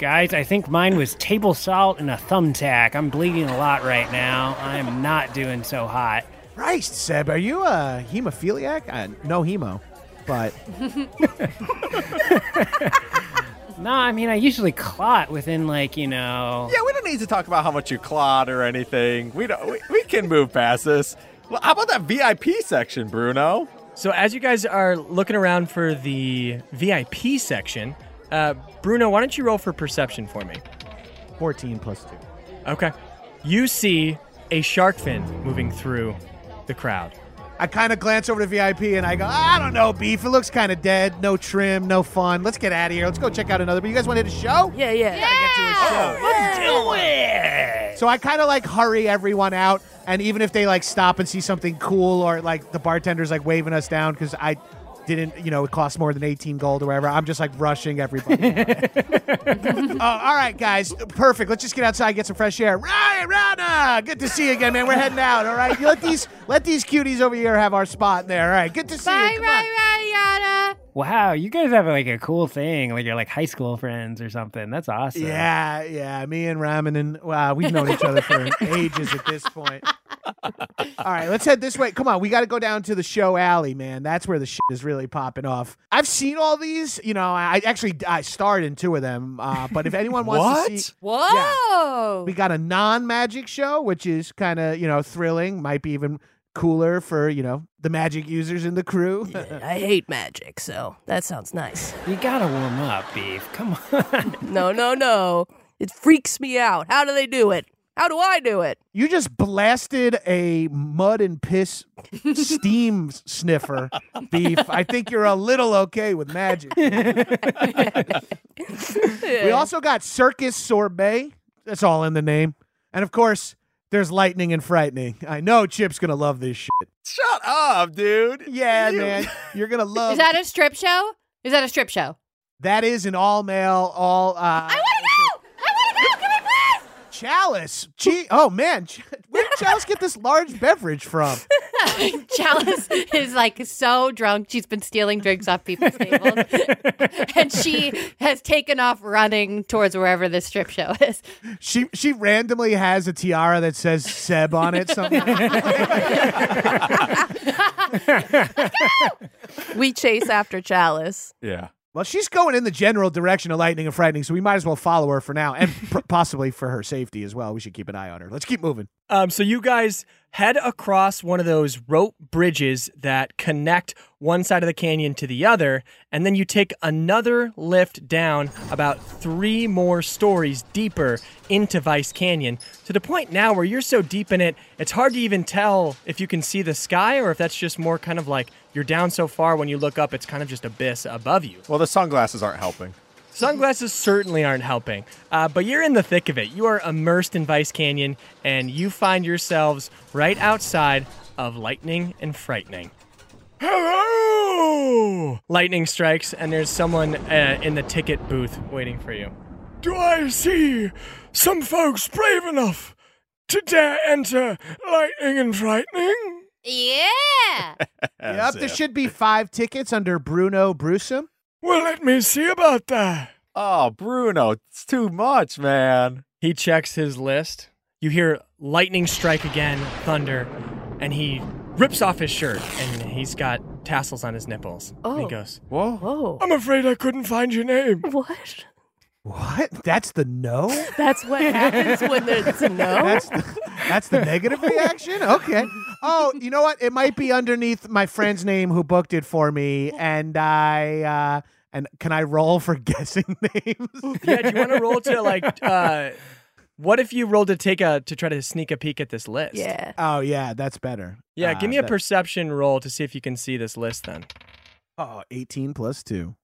Guys, I think mine was table salt and a thumbtack. I'm bleeding a lot right now. I am not doing so hot. Christ, Seb, are you uh, a hemophiliac? Uh, no hemo, but No, I mean I usually clot within like you know. Yeah, we don't need to talk about how much you clod or anything. We don't. We, we can move past this. Well, How about that VIP section, Bruno? So as you guys are looking around for the VIP section, uh, Bruno, why don't you roll for perception for me? 14 plus two. Okay. You see a shark fin moving through the crowd. I kind of glance over to VIP and I go, I don't know, beef. It looks kind of dead. No trim, no fun. Let's get out of here. Let's go check out another. But you guys want to hit a show? Yeah, yeah. So I kind of like hurry everyone out, and even if they like stop and see something cool, or like the bartender's like waving us down because I didn't, you know, it cost more than eighteen gold or whatever. I'm just like rushing everybody. oh, all right, guys, perfect. Let's just get outside, get some fresh air. Ryan, Rana, good to see you again, man. We're heading out. All right, You let these let these cuties over here have our spot in there. All right, good to see bye, you. Come on. bye, Wow, you guys have like a cool thing. Like you're like high school friends or something. That's awesome. Yeah, yeah. Me and Ramen and wow, we've known each other for ages at this point. All right, let's head this way. Come on, we got to go down to the show alley, man. That's where the shit is really popping off. I've seen all these. You know, I I actually I starred in two of them. Uh, but if anyone wants to What? see, Whoa! we got a non-magic show, which is kind of you know thrilling. Might be even cooler for you know the magic users in the crew. I hate magic, so that sounds nice. You gotta warm up, beef. Come on. No, no, no. It freaks me out. How do they do it? How do I do it? You just blasted a mud and piss steam s- sniffer, beef. I think you're a little okay with magic. we also got circus sorbet. That's all in the name. And of course, there's lightning and frightening. I know Chip's gonna love this shit. Shut up, dude. Yeah, You- man, you're gonna love. Is that a strip show? Is that a strip show? that is an all male, all uh, want to go! I want to go! Give me please! chalice. Gee, oh man, Ch- where did Chalice get this large beverage from? Chalice is like so drunk. She's been stealing drinks off people's tables. and she has taken off running towards wherever this strip show is. She she randomly has a tiara that says Seb on it. Something. We chase after Chalice. Yeah. Well, she's going in the general direction of lightning and frightening, so we might as well follow her for now, and pr- possibly for her safety as well. We should keep an eye on her. Let's keep moving. Um, so you guys head across one of those rope bridges that connect one side of the canyon to the other, and then you take another lift down about three more stories deeper into Vice Canyon to the point now where you're so deep in it, it's hard to even tell if you can see the sky or if that's just more kind of like you're down so far when you look up, it's kind of just abyss above you. Well, the sunglasses aren't helping. Sunglasses certainly aren't helping, uh, but you're in the thick of it. You are immersed in Vice Canyon, and you find yourselves right outside of Lightning and Frightening. Hello! Lightning strikes, and there's someone uh, in the ticket booth waiting for you. Do I see some folks brave enough to dare enter Lightning and Frightening? Yeah. Yep, there should be five tickets under Bruno Brusum. Well, let me see about that. Oh, Bruno, it's too much, man. He checks his list. You hear lightning strike again, thunder, and he rips off his shirt and he's got tassels on his nipples. And Oh. he goes, Whoa. Whoa. I'm afraid I couldn't find your name. What? What? That's the no. That's what happens when there's a no. That's the, that's the negative reaction. Okay. Oh, you know what? It might be underneath my friend's name who booked it for me, and I uh, and can I roll for guessing names? Yeah, do you want to roll to like uh what if you roll to take a to try to sneak a peek at this list? Yeah. oh yeah, that's better. Yeah, Uh, give me a that- perception roll to see if you can see this list then. Oh, 18 plus two.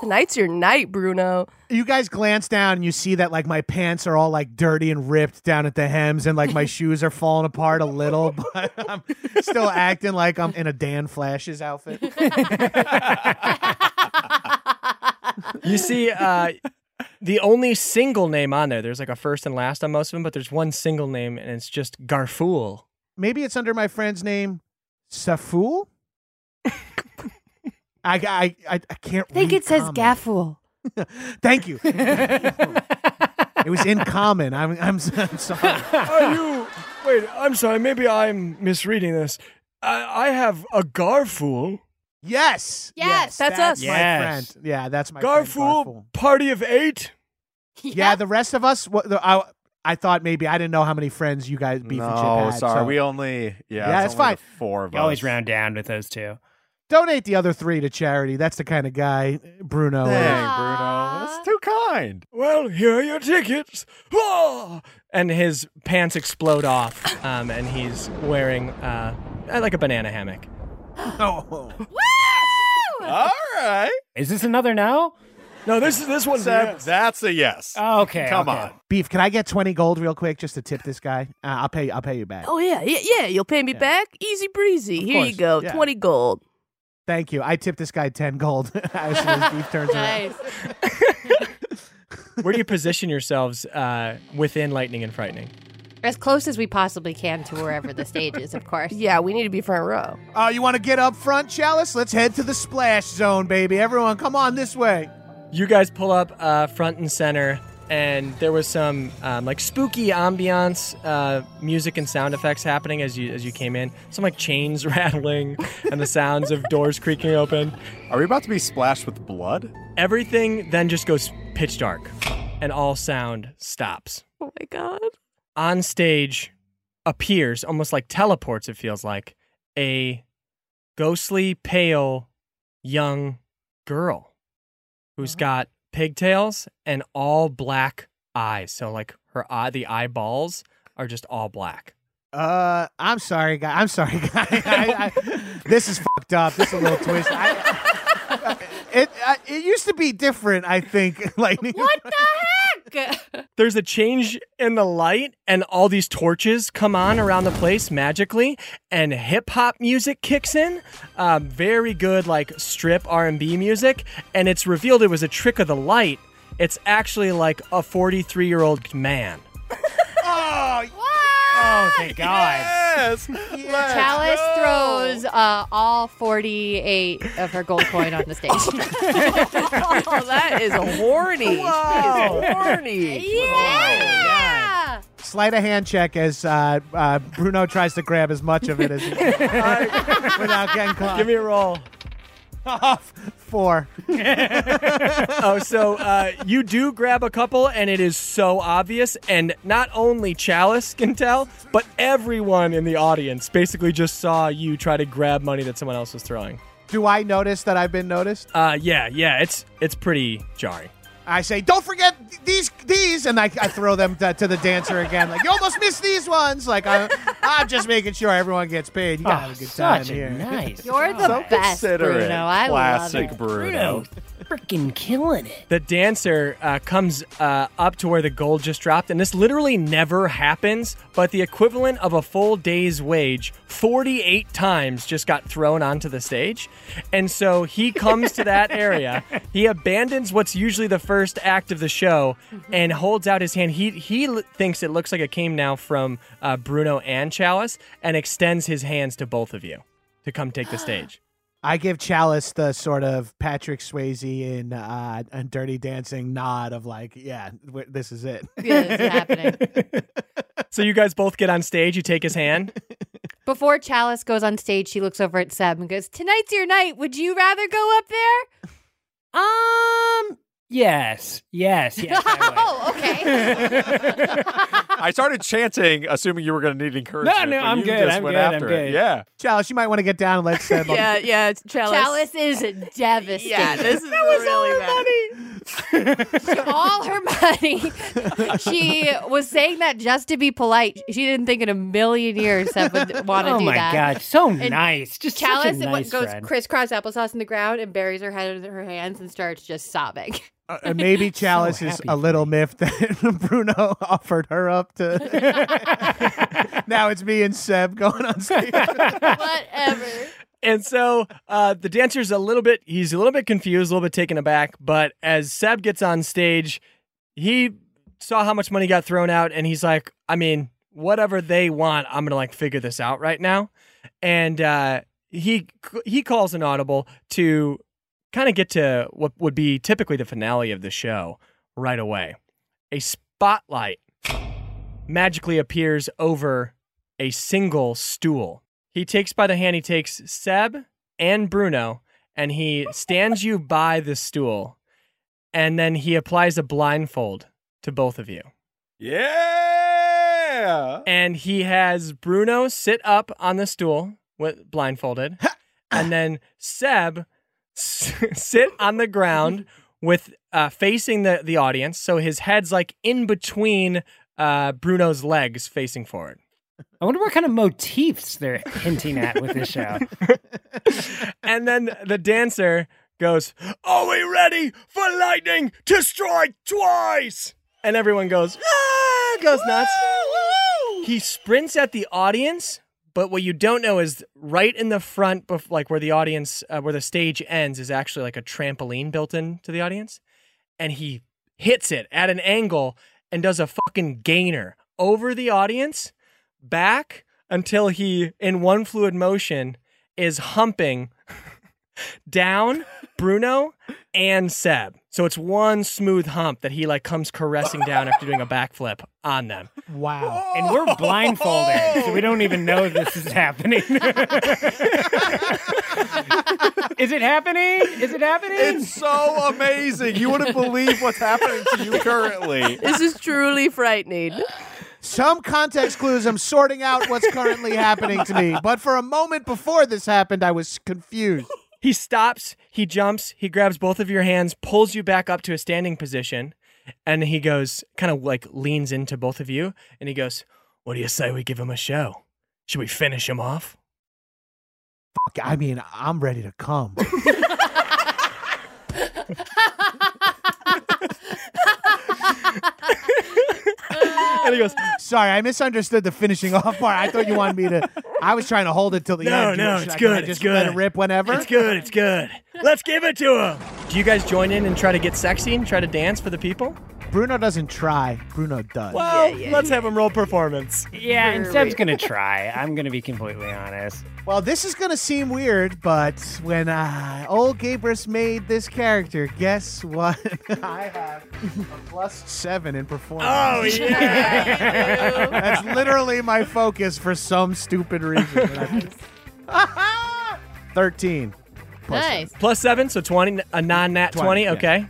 Tonight's your night, Bruno. You guys glance down and you see that like my pants are all like dirty and ripped down at the hems, and like my shoes are falling apart a little, but I'm still acting like I'm in a Dan Flash's outfit. You see uh the only single name on there. There's like a first and last on most of them, but there's one single name and it's just Garfool. maybe it's under my friend's name, Saful. I, I, I, I can't. I think read it says common. Gaffool. Thank you. it was in common. I'm, I'm, s- I'm sorry. Are you? Wait, I'm sorry. Maybe I'm misreading this. I, I have a Garfool. Yes. Yes, that's us. My Yes. friend. Yeah, that's my friend, Garfool, Garfool. party of eight. Yeah, the rest of us. What, the, I, I thought maybe I didn't know how many friends you guys beef and chip no, had. sorry. so- We only yeah. Yeah, it's it's only the fine. Four of You us. always round down with those two. donate the other three to charity. That's the kind of guy Bruno. is. Dang, Bruno, that's too kind. Well, here are your tickets. Ah! And his pants explode off, um, and he's wearing uh, like a banana hammock. All right, Is this another no? No, this is this one's Seb, that's a yes. Oh, okay. Come okay. on. Beef, can I get twenty gold real quick just to tip this guy? Uh, I'll pay. I'll pay you back. Oh yeah, yeah, yeah. You'll pay me back, easy breezy. Here course, you go, yeah. twenty gold. Thank you. I tipped this guy 10 gold as soon as Beef turns around. Nice. Where do you position yourselves uh, within lightning and frightening? As close as we possibly can to wherever the stage is, of course. Yeah, we need to be front row. Oh, you want to get up front, Chalice? Let's head to the splash zone, baby. Everyone, come on this way. You guys pull up uh, front and center, and there was some um, like spooky ambiance, uh, music and sound effects happening as you as you came in. Some like chains rattling and the sounds of doors creaking open. Are we about to be splashed with blood? Everything then just goes pitch dark, and all sound stops. Oh my god. On stage appears, almost like teleports. It feels like a ghostly, pale, young girl Uh-huh. who's got pigtails and all black eyes. So like her eye, the eyeballs are just all black. Uh, I'm sorry, guy. I'm sorry, guy. I, I, this is fucked up. This is a little twist. I, it I, it used to be different, I think. Lightning. What the heck? There's a change in the light, and all these torches come on around the place magically, and hip hop music kicks in. Um, very good, like strip R and B music, and it's revealed it was a trick of the light. It's actually like a 43 year old man. Oh, thank God. Yes. Chalice throws uh, all 48 of her gold coin on the stage. Oh, that is horny. She is horny. yeah! Sleight of hand check as uh, uh, Bruno tries to grab as much of it as he can without getting caught. Give me a roll. off. four. oh, so uh, you do grab a couple, and it is so obvious. And not only Chalice can tell, but everyone in the audience basically just saw you try to grab money that someone else was throwing. Do I notice that I've been noticed? Uh, yeah, yeah, it's it's pretty jarring. I say, don't forget th- these, these, and I, I throw them to, to the dancer again. Like you almost missed these ones. Like I, I'm just making sure everyone gets paid. You gotta have a good time Oh, Such a here. nice. You're the best, Consider it. Bruno. I Classic love it. Bruno. Bruno, freaking killing it. The dancer uh, comes uh, up to where the gold just dropped, and this literally never happens, but the equivalent of a full day's wage 48 times just got thrown onto the stage. And so he comes to that area. He abandons what's usually the first act of the show Mm-hmm. and holds out his hand. He, he l- thinks it looks like it came now from uh, Bruno and Chalice and extends his hands to both of you to come take the stage. I give Chalice the sort of Patrick Swayze in uh, in Dirty Dancing nod of like, yeah, w- this is it. Yeah, this is happening. So you guys both get on stage, you take his hand. Before Chalice goes on stage, she looks over at Seb and goes, "Tonight's your night. Would you rather go up there?" Um, yes, yes, yes. I oh, okay. I started chanting, assuming you were going to need encouragement. No, no, but I'm you good, Just I'm went good, I'm after It. good. Yeah. Chalice, you might want to get down and uh, let Seb. yeah, yeah, it's chalice. Chalice is devastated. Yeah, this is really bad. all her money. she was saying that just to be polite. She didn't think in a million years Seb would want would. to Oh do my that. god, so nice. Just such a Chalice nice goes friend. crisscross applesauce in the ground and buries her head in her hands and starts just sobbing. Uh, and maybe Chalice is happy a for little miffed that Bruno offered her up to. now it's me and Seb going on stage. Whatever. and so uh, the dancer's a little bit he's a little bit confused a little bit taken aback but as seb gets on stage he saw how much money got thrown out and he's like i mean whatever they want i'm gonna like figure this out right now and uh, he he calls an audible to kind of get to what would be typically the finale of the show right away a spotlight magically appears over a single stool he takes by the hand, he takes Seb and Bruno, and he stands you by the stool, and then he applies a blindfold to both of you. Yeah. And he has Bruno sit up on the stool, with, blindfolded, and then Seb s- sit on the ground with uh, facing the, the audience. So his head's like in between uh, Bruno's legs, facing forward. I wonder what kind of motifs they're hinting at with this show. and then the dancer goes, Are we ready for lightning to strike twice? And everyone goes, Ah, goes nuts. He sprints at the audience, but what you don't know is right in the front, bef- like where the audience, uh, where the stage ends, is actually like a trampoline built into the audience. And he hits it at an angle and does a fucking gainer over the audience back until he, in one fluid motion, is humping down Bruno and Seb. So it's one smooth hump that he like comes caressing down after doing a backflip on them. Wow. And we're blindfolded, so we don't even know this is happening. is it happening? Is it happening? It's so amazing. You wouldn't believe what's happening to you currently. This is truly frightening. Some context clues. I'm sorting out what's currently happening to me. But for a moment before this happened, I was confused. He stops, he jumps, he grabs both of your hands, pulls you back up to a standing position, and he goes, kind of like leans into both of you, and he goes, What do you say we give him a show? Should we finish him off? Fuck, I mean, I'm ready to come. And he goes, Sorry, I misunderstood the finishing off part. I thought you wanted me to. I was trying to hold it till the No, end. no, Should it's I- can I good, it's just let it good. rip whenever. It's good, it's good. Let's give it to him. Do you guys join in and try to get sexy and try to dance for the people? Bruno doesn't try. Bruno does. Well, let's have him roll performance. yeah, and Seb's gonna try. I'm gonna be completely honest. Well, this is going to seem weird, but when uh, old Gabrus made this character, guess what? I have a plus seven in performance. yeah. That's literally my focus for some stupid reason. And I- 13. nice. Plus seven, so 20, a non nat 20. 20, yeah. Okay.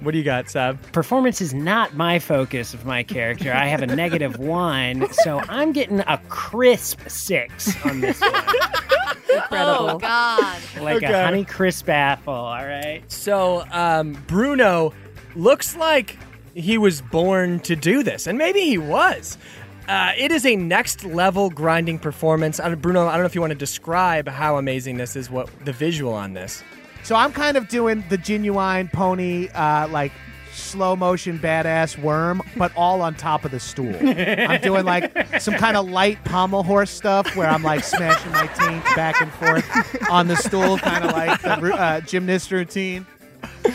What do you got, Sab? Performance is not my focus of my character. I have a negative one, so I'm getting a crisp six on this one. Incredible. Oh God. Like Okay. a honey crisp apple, Oh, all right? So, um, Bruno looks like he was born to do this, and maybe he was. Uh, it is a next level grinding performance. I don't- Bruno, I don't know if you want to describe how amazing this is, what the visual on this. So I'm kind of doing the genuine pony, uh, like slow motion badass worm, but all on top of the stool. I'm doing like some kind of light pommel horse stuff where I'm like smashing my taint back and forth on the stool, kind of like the ru- uh, gymnast routine.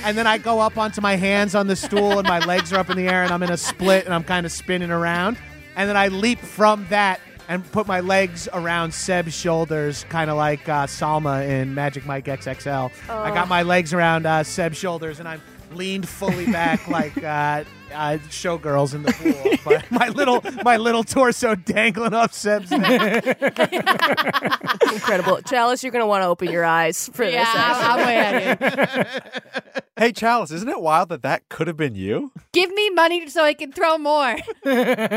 And then I go up onto my hands on the stool, and my legs are up in the air, and I'm in a split, and I'm kind of spinning around. And then I leap from that and put my legs around Seb's shoulders, kind of like uh, Salma in Magic Mike XXL. I got my legs around uh, Seb's shoulders, and I'm leaned fully back like uh, uh, showgirls in the pool. But my little my little torso dangling off Seb's neck. Incredible. Chalice, you're going to want to open your eyes for Yeah, this. I'm, I'm way out of here. Hey, Chalice, isn't it wild that that could have been you? Give me money so I can throw more.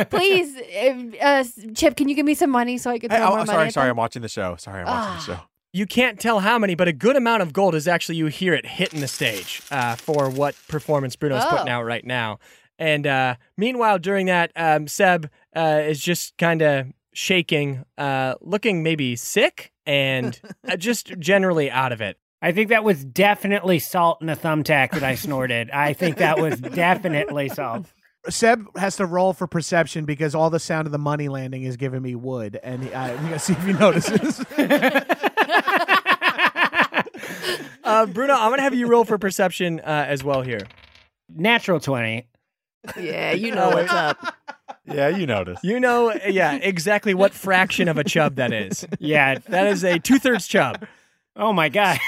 Please, uh, uh, Chip, can you give me some money so I can throw Hey, oh, more I'm money? Ah. sorry, at sorry, them? I'm watching the show. Sorry, I'm watching the show. You can't tell how many, but a good amount of gold is actually you hear it hitting the stage uh, for what performance Bruno's Oh. putting out right now. And uh, meanwhile, during that, um, Seb uh, is just kind of shaking, uh, looking maybe sick and uh, just generally out of it. I think that was definitely salt in a thumbtack that I snorted. I think that was definitely salt. Seb has to roll for perception because all the sound of the money landing is giving me wood, and uh, we're gonna see if he notices. Uh, Bruno, I'm going to have you roll for perception uh, as well here. Natural 20. yeah, you know what's up. Yeah, you noticed. You know, yeah, exactly what fraction of a chub that is. Yeah. That is a two thirds chub. Oh my God.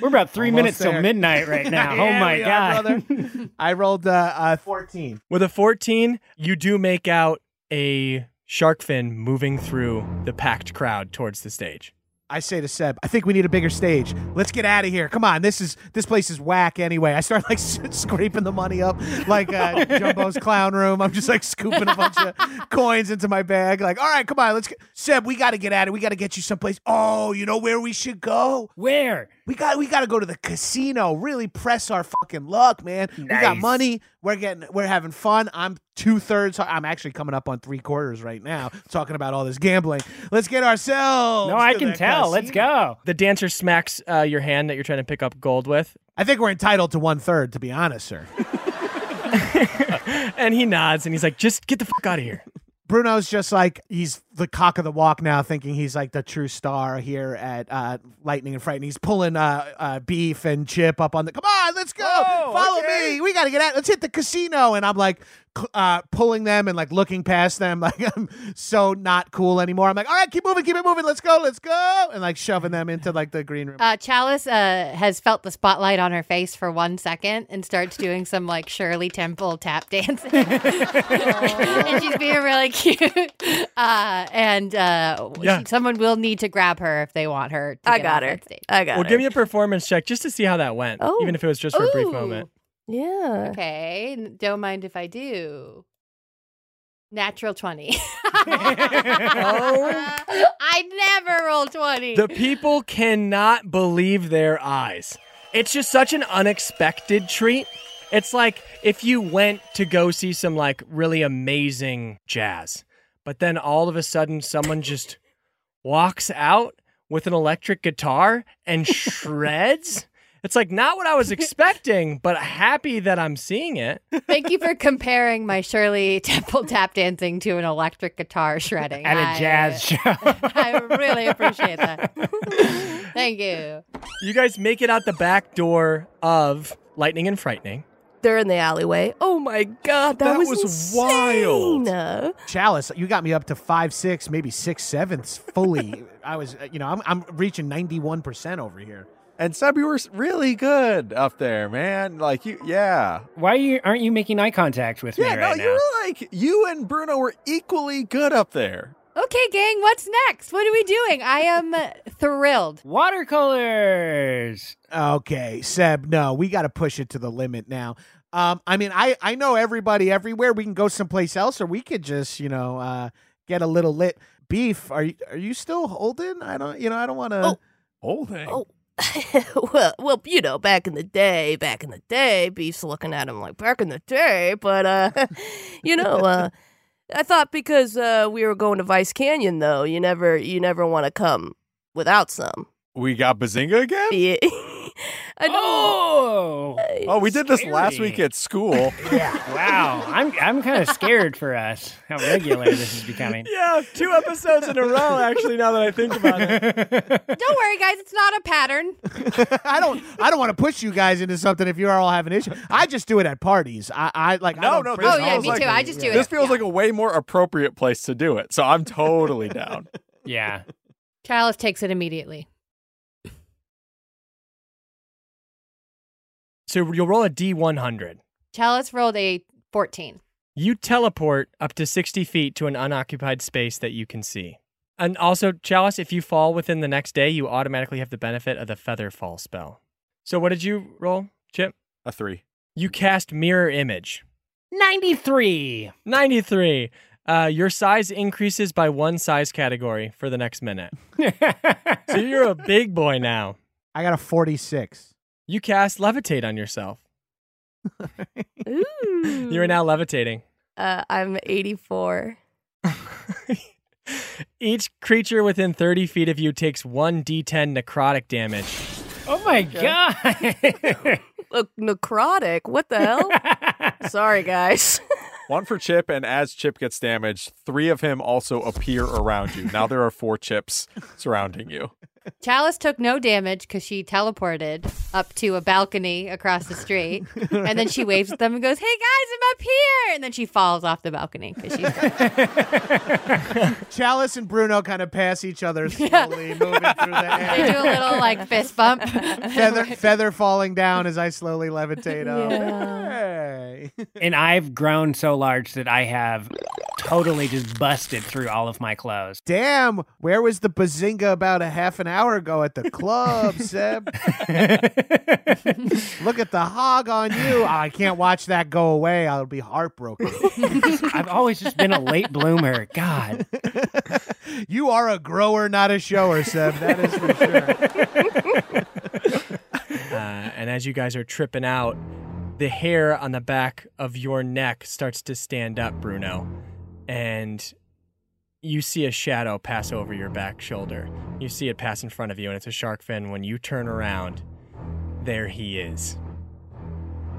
We're about three Almost minutes till there. midnight right now. oh my God. brother. I rolled uh, uh, fourteen. With a 14, you do make out a shark fin moving through the packed crowd towards the stage. I say to Seb, I think we need a bigger stage. Let's get out of here. Come on, this is this place is whack anyway. I start like scraping the money up like uh, Jumbo's clown room. I'm just like scooping a bunch of coins into my bag. Like, all right, come on, let's get Seb. We got to get out of. We got to get you someplace. Oh, you know where we should go? Where? We got we got to go to the casino. Really press our fucking luck, man. We got Nice. money. We're getting we're having fun. I'm two thirds. I'm actually coming up on three quarters right now. Talking about all this gambling. Let's get ourselves. Oh, No, I to can the tell. Let's casino. go. The dancer smacks uh, your hand that you're trying to pick up gold with, I think we're entitled to one third, to be honest, sir. and he nods and he's like, just get the fuck out of here. Bruno's just like he's the cock of the walk now, thinking he's like the true star here at uh, Lightning and Fright. And he's pulling uh, uh, beef and chip up on the. Come on, let's go! Oh, Follow me. We gotta get out. Let's hit the casino. And I'm like cl- uh, pulling them and like looking past them, like I'm so not cool anymore. I'm like, all right, keep moving, keep it moving. Let's go, let's go, and like shoving them into like the green room. Uh, Chalice uh, has felt the spotlight on her face for one second and starts doing some like Shirley Temple tap dancing. and she's being really cute. Uh, and uh, Yeah. she- someone will need to grab her if they want her. To I get got off her. that stage. I got Well, her. give me a performance check just to see how that went, Oh. even if it was just for a brief Ooh. moment. yeah. Okay, n- don't mind if I do. Natural 20. I never roll 20. The people cannot believe their eyes. It's just such an unexpected treat. It's like if you went to go see some like really amazing jazz, but then all of a sudden someone just walks out with an electric guitar and shreds. It's like not what I was expecting, but happy that I'm seeing it. Thank you for comparing my Shirley Temple tap dancing to an electric guitar shredding At I- a jazz show. I really appreciate that. Thank you. You guys make it out the back door of Lightning and Frightening. They're in the alleyway. Oh my God. That, That was, was insane. wild. Uh, Chalice, you got me up to five, six, maybe six sevenths fully. I was, uh, you know, I'm, I'm reaching 91% over here. And Seb, you were s- really good up there, man. Like you, yeah, Why are you, aren't you making eye contact with yeah. me no, right now? you were like you and Bruno were equally good up there. Okay, gang, what's next? What are we doing? I am uh, thrilled. Watercolors. Okay, Seb, no, we got to push it to the limit now. Um, I mean, I I know everybody everywhere. We can go someplace else, or we could just you know uh, get a little lit. Beef, are you are you still holding? I don't, you know, I don't want to. Oh. Holding. Oh. well, well, you know, back in the day, back in the day, Beef's looking at him like back in the day, but uh, you know, uh, I thought because uh, we were going to Vice Canyon though, you never, you never want to come without some. We got Bazinga again? Yeah. I know. Oh. Oh, we did this last Scary. week at school. Wow, I'm I'm kind of scared for us how regular this is becoming. Yeah, two episodes in a row, actually, now that I think about it. Don't worry, guys, it's not a pattern. Oh. I don't. I don't want to push you guys into something if you're all having issues. I just do it at parties. I, I like. I No, don't no, bring this oh, yeah, sounds me like too. a- I just do This it. feels Yeah. like a way more appropriate place to do it. So I'm totally down. Yeah. Chalice takes it immediately. So you'll roll a D100. Chalice rolled a 14. You teleport up to 60 feet to an unoccupied space that you can see. And also, Chalice, if you fall within the next day, you automatically have the benefit of the Feather Fall spell. So, what did you roll, Chip? A three. You cast Mirror Image. 93. 93. Uh, your size increases by one size category for the next minute. So, you're a big boy now. I got a 46. You cast Levitate on yourself. Ooh. You are now levitating. Uh, I'm 84. Each creature within 30 feet of you takes 1d10 necrotic damage. oh my god. Look, necrotic. What the hell? Sorry, guys. One for Chip, and as Chip gets damaged, three of him also appear around you. Now there are four chips surrounding you. Chalice took no damage because she teleported up to a balcony across the street. and then she waves at them and goes, Hey guys, I'm up here. And then she falls off the balcony because she's Chalice and Bruno kind of pass each other slowly, moving through the they do air. a little like fist bump. Feather, feather falling down as I slowly levitate up. Yeah. Hey. and I've grown so large that I have totally just busted through all of my clothes. Damn, where was the bazinga about a half an hour ago at the club, Seb? Look at the hog on you. Oh, I can't watch that go away. I'll be heartbroken. I've always just been a late bloomer. God. you are a grower, not a shower, Seb. That is for sure. Uh, and as you guys are tripping out, the hair on the back of your neck starts to stand up, Bruno. And you see a shadow pass over your back shoulder. You see it pass in front of you, and it's a shark fin. When you turn around, there he is.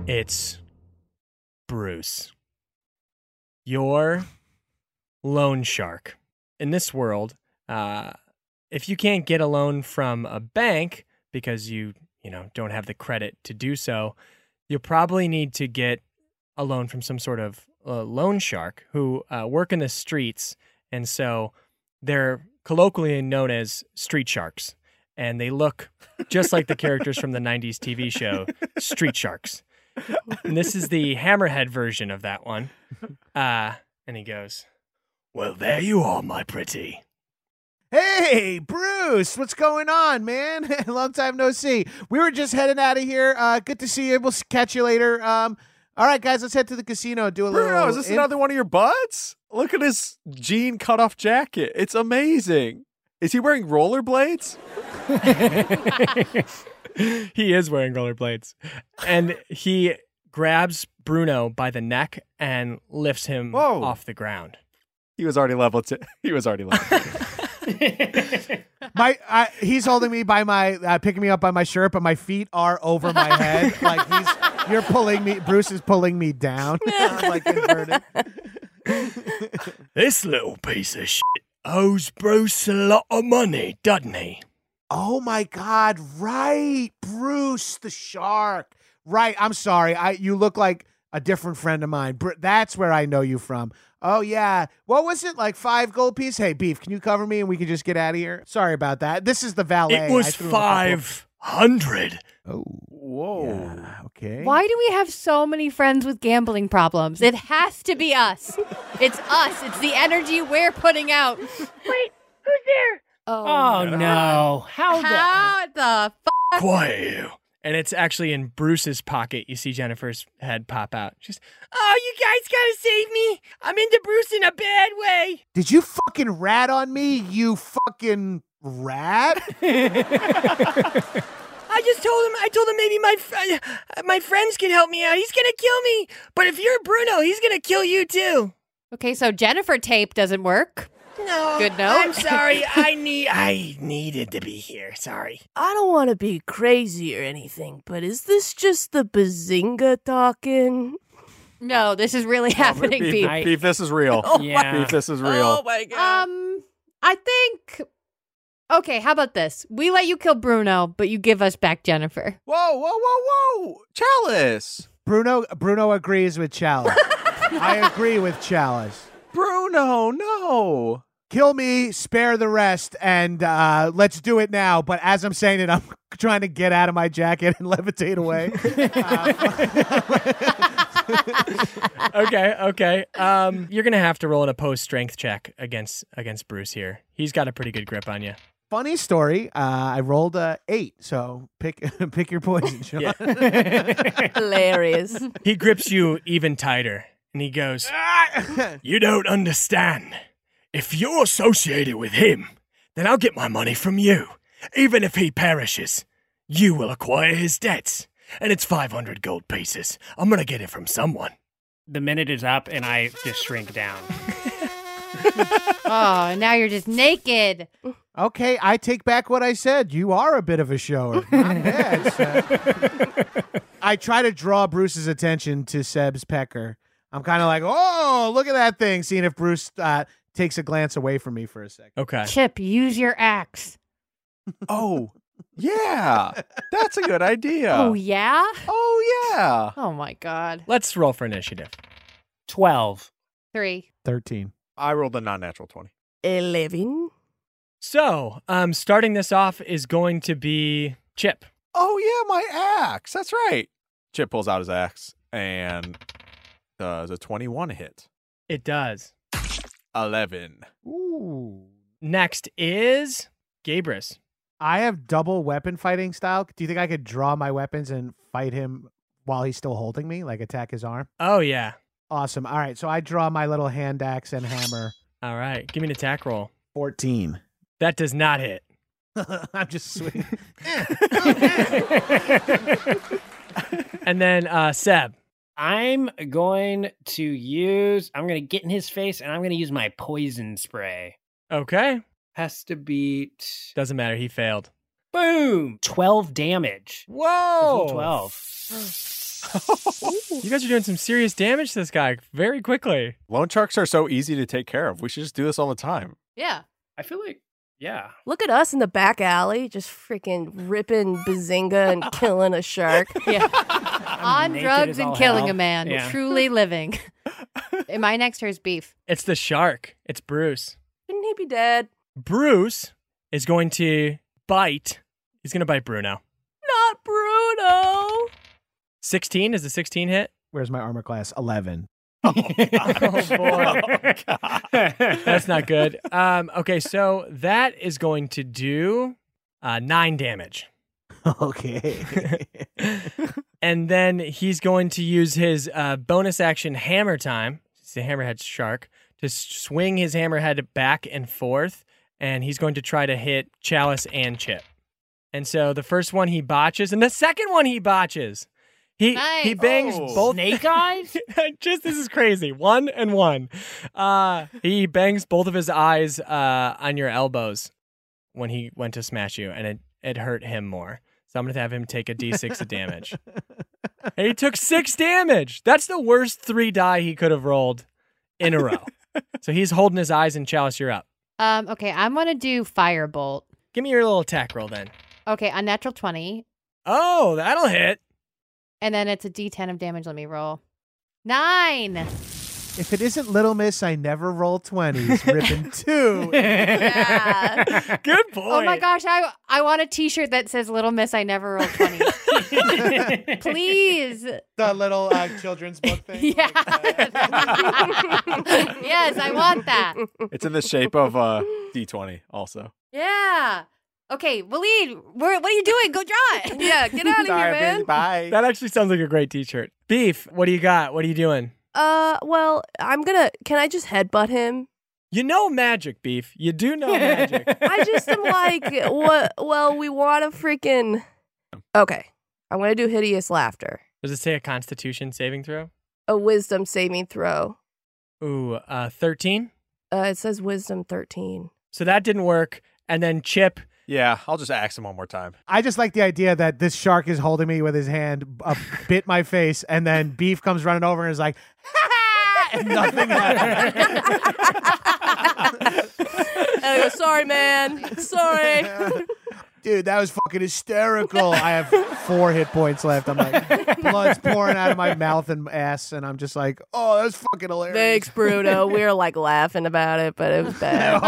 It's Bruce. Your loan shark. In this world, uh, if you can't get a loan from a bank because you you know don't have the credit to do so you'll probably need to get a loan from some sort of uh, loan shark who uh, work in the streets and so they're colloquially known as street sharks and they look just like the characters from the 90s tv show street sharks and this is the hammerhead version of that one uh, and he goes well there you are my pretty Hey, Bruce, what's going on, man? Long time no see. We were just heading out of here. Uh, good to see you. We'll s- catch you later. Um, all right, guys, let's head to the casino. Do a Bruno, little. is this in- another one of your buds? Look at his jean cutoff jacket. It's amazing. Is he wearing rollerblades? he is wearing rollerblades. And he grabs Bruno by the neck and lifts him Whoa. off the ground. He was already level two. He was already level. two. My, I, he's holding me by my, uh, picking me up by my shirt, but my feet are over my head. like he's, you're pulling me. Bruce is pulling me down. I'm like inverted. This little piece of shit owes Bruce a lot of money, doesn't he? Oh my God! Right, Bruce the shark. Right. I'm sorry. I you look like a different friend of mine. Br- that's where I know you from. Oh yeah. What was it like? Five gold piece. Hey, beef. Can you cover me and we can just get out of here? Sorry about that. This is the valet. I threw him a couple- hundred Oh. Whoa. yeah, okay. Why do we have so many friends with gambling problems? It has to be us. It's us. It's the energy we're putting out. Wait, who's there? Oh, no. How, How the fuck? Quiet. And it's actually in Bruce's pocket. You see Jennifer's head pop out. She's, oh, you guys gotta save me. I'm into Bruce in a bad way. Did you fucking rat on me, you fucking rat? I just told him. I told him maybe my fr- uh, my friends can help me out. He's gonna kill me. But if you're Bruno, he's gonna kill you too. Okay, so Jennifer tape doesn't work. No. Good note. I'm sorry. I need. I needed to be here. Sorry. I don't want to be crazy or anything, but is this just the bazinga talking? No, this is really happening, Beef, Pete. I- beef, this is real. the? Beef, Yeah. this is Oh real. my god. Um, I think. Okay, how about this? We let you kill Bruno, but you give us back Jennifer. Whoa, whoa, whoa, whoa. Chalice. Bruno Bruno agrees with Chalice. I agree with Chalice. Bruno, no. Kill me, spare the rest, and uh, let's do it now. But as I'm saying it, I'm trying to get out of my jacket and levitate away. Uh, okay. Okay. Um, you're gonna have to roll an opposed strength check against against Bruce here. He's got a pretty good grip on you. Funny story. Uh, I rolled a eight, so pick pick your poison, Sean. Yeah. Hilarious. He grips you even tighter, and he goes. You don't understand. If you're associated with him, then I'll get my money from you. Even if he perishes, you will acquire his debts. And it's 500 gold pieces. I'm going to get it from someone. The minute is up, and I just shrink down. Oh, now you're just naked. Okay, I take back what I said. You are a bit of a shower. Not bad, Seb. I try to draw Bruce's attention to Seb's pecker. I'm kind of like, oh, look at that thing, seeing if Bruce uh, takes a glance away from me for a second. Okay. Chip, use your axe. Oh, yeah. That's a good Uh, idea. Oh yeah. Oh, yeah. Oh my god. Let's roll for initiative. 12. Three. 13. I rolled a non natural 20. Eleven. So, um, starting this off is going to be Chip. Oh, yeah, my axe. That's right. Chip pulls out his axe and does a 21 hit. It does. 11. Ooh. Next is Gabrus. I have double weapon fighting style. Do you think I could draw my weapons and fight him while he's still holding me, like attack his arm? Oh, yeah. Awesome. All right, so I draw my little hand axe and hammer. All right. Give me an attack roll. 14. That does not hit. I'm just swinging. And then uh, Seb. I'm going to use. I'm going to get in his face, and I'm going to use my poison spray. Okay. Has to beat. Doesn't matter. He failed. Boom! 12 damage. A Oh. Whoa. full 12. You guys are doing some serious damage to this guy very quickly. Loan sharks are so easy to take care of. We should just do this all the time. Yeah. I feel like, yeah. Look at us in the back alley, just freaking ripping bazinga and killing a shark. Yeah. I'm On naked drugs as and all killing hell. a man. Yeah. Truly living. Am I next or is beef? It's the shark. It's Bruce. Shouldn't he be dead? Bruce is going to bite. He's going to bite Bruno. Not Bruno. 16 is the 16 hit. Where's my armor class? 11. Oh, boy. That's not good. Um, okay, so that is going to do uh, nine damage. Okay. and then he's going to use his uh, bonus action hammer time. It's the hammerhead shark to s- swing his hammerhead back and forth, and he's going to try to hit Chalice and Chip. And so the first one he botches, and the second one he botches. He he Nice. bangs Oh. both Snake eyes? just this is crazy. One and one. Uh, he bangs both of his eyes uh, on your elbows when he went to smash you, and it, it hurt him more. So I'm gonna have him take a d6 of damage. And he took six damage. That's the worst three die he could have rolled in a row. so he's holding his eyes and chalice. You're up. Um, okay, I'm gonna do firebolt. Give me your little attack roll then. Okay, on natural twenty. Oh, that'll hit. And then it's a D ten of damage. Let me roll. Nine. If it isn't Little Miss, I never roll 20s, ripping two. Yeah. Good boy. Oh my gosh, I I want a t shirt that says Little Miss I never roll twenty. Please. The little uh, children's book thing. Yeah. yes, I want that. It's in the shape of a D20 also. Yeah. Okay, Waleed, we're, what are you doing? Go draw it. Yeah, get out of here, man. Bye. That actually sounds like a great T-shirt. Beef, what do you got? What are you doing? Uh, well, I'm gonna. Can I just headbutt him? You know magic, Beef. You do know magic. I just am like, what? Well, we want to freaking. Okay, I'm gonna do hideous laughter. Does it say a Constitution saving throw? A wisdom saving throw. Ooh, uh, thirteen. Uh, it says wisdom thirteen. So that didn't work. And then Chip, Yeah, I'll just axe him one more time. I just like the idea that this shark is holding me with his hand, uh, bit my face, and then Beef comes running over and is like, and nothing happened. And I go, sorry, man. Sorry. Dude, that was fucking hysterical. I have four hit points left. I'm like, blood's pouring out of my mouth and ass, and I'm just like, oh, that was fucking hilarious. Thanks, Bruno. We were like laughing about it, but it was bad.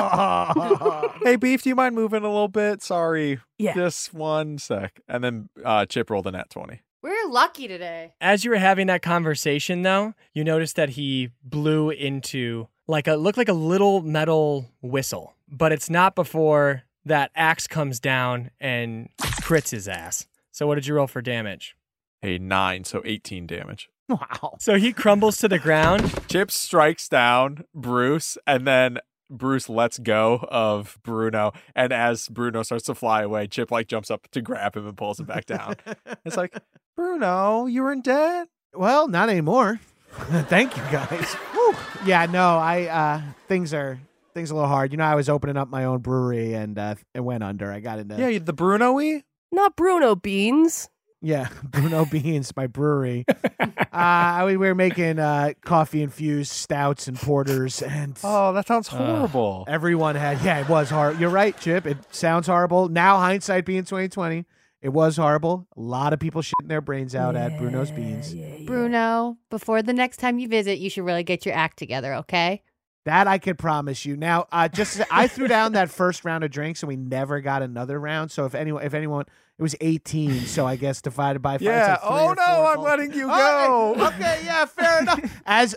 hey, Beef, do you mind moving a little bit? Sorry. Yeah. Just one sec. And then uh, Chip rolled a nat 20. We're lucky today. as you were having that conversation, though, you noticed that he blew into like a looked like a little metal whistle, but it's not before that axe comes down and crits his ass. So what did you roll for damage? A nine, so 18 damage. wow. So he crumbles to the ground. Chip strikes down Bruce, and then Bruce lets go of Bruno. And as Bruno starts to fly away, Chip like jumps up to grab him and pulls him back down. it's like, Bruno, you're in debt. Well, not anymore. Thank you guys. Whew. Yeah, no, I uh things are things a little hard. You know, I was opening up my own brewery and uh it went under. I got into Yeah, you- the Bruno-y? Not Bruno Beans. yeah, Bruno Beans, my brewery. uh I- we were making uh coffee infused stouts and porters and Uh, Oh, that sounds horrible. everyone had yeah, it was hard. You're right, Chip. It sounds horrible. Now hindsight being 2020, it was horrible. A lot of people shitting their brains out at Bruno's Beans. Bruno, before the next time you visit, you should really get your act together, okay? That I could promise you. Now, uh, just I threw down that first round of drinks, and we never got another round. So if anyone, if anyone, it was eighteen. So I guess divided by five. it's yeah. like three Oh or no, four I'm balls. letting you All go. right. Okay, yeah, fair enough. As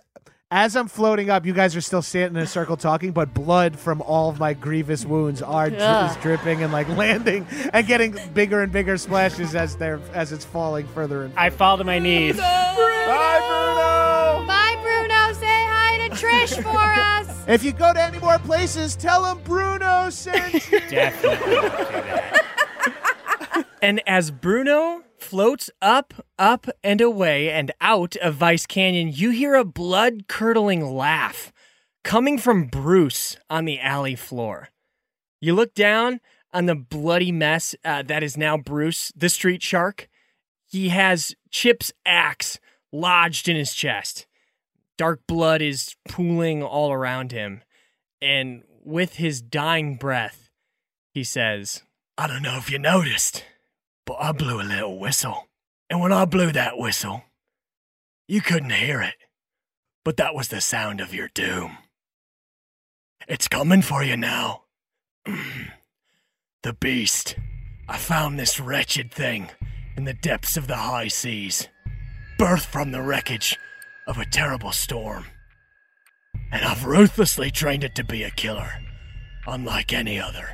as I'm floating up, you guys are still standing in a circle talking, but blood from all of my grievous wounds are dri- Ugh. is dripping and like landing and getting bigger and bigger splashes as they're as it's falling further and. I fall to my knees. Bye, Bruno. Bye, Bruno. Say hi to Trish for us. If you go to any more places, tell them Bruno sent you. Definitely don't do that. And as Bruno floats up, up, and away and out of Vice Canyon, you hear a blood curdling laugh coming from Bruce on the alley floor. You look down on the bloody mess uh, that is now Bruce, the street shark. He has Chip's axe lodged in his chest. Dark blood is pooling all around him. And with his dying breath, he says, I don't know if you noticed, but I blew a little whistle. And when I blew that whistle, you couldn't hear it, but that was the sound of your doom. It's coming for you now. the beast. I found this wretched thing in the depths of the high seas, birthed from the wreckage of a terrible storm. And I've ruthlessly trained it to be a killer, unlike any other.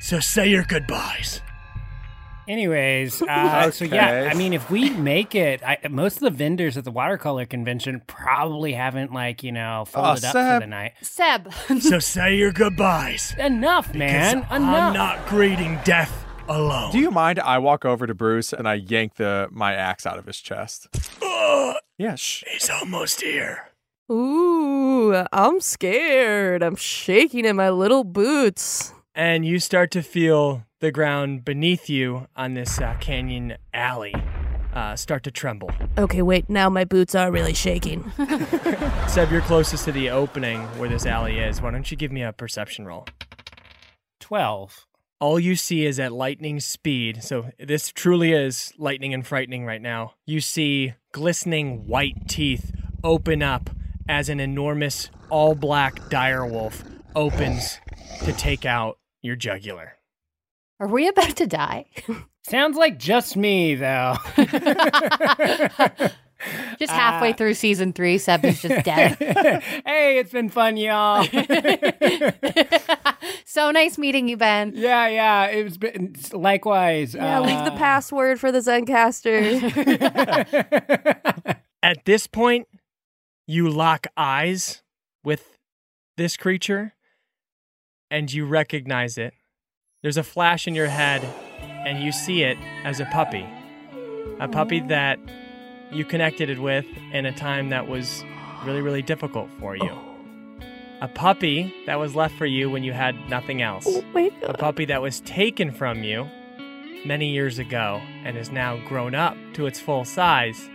So say your goodbyes. Anyways, uh, so yeah, Okay. I mean, if we make it, I, most of the vendors at the watercolor convention probably haven't like you know folded up for Oh, Seb. the night. Seb. So say your goodbyes. Enough, man. Enough. not greeting death alone. Do you mind? I walk over to Bruce and I yank the my axe out of his chest. Yeah, shh. He's almost here. Ooh, I'm scared. I'm shaking in my little boots. And you start to feel the ground beneath you on this uh, canyon alley uh, start to tremble. Okay, wait. Now my boots are really shaking. Seb, you're closest to the opening where this alley is. Why don't you give me a perception roll? Twelve. All you see is at lightning speed. So this truly is lightning and frightening right now. You see glistening white teeth open up as an enormous all black dire wolf opens to take out your jugular. Are we about to die? Sounds like just me, though. Just halfway Uh, through season three, Seb is just dead. hey, it's been fun, y'all. so nice meeting you, Ben. Yeah, yeah. It was been, likewise. uh, Yeah, leave the password for the Zencaster. At this point, you lock eyes with this creature and you recognize it. There's a flash in your head and you see it as a puppy. A puppy that you connected it with in a time that was really, really difficult for you. A puppy that was left for you when you had nothing else. oh my A god. puppy that was taken from you many years ago and is now grown up to its full size.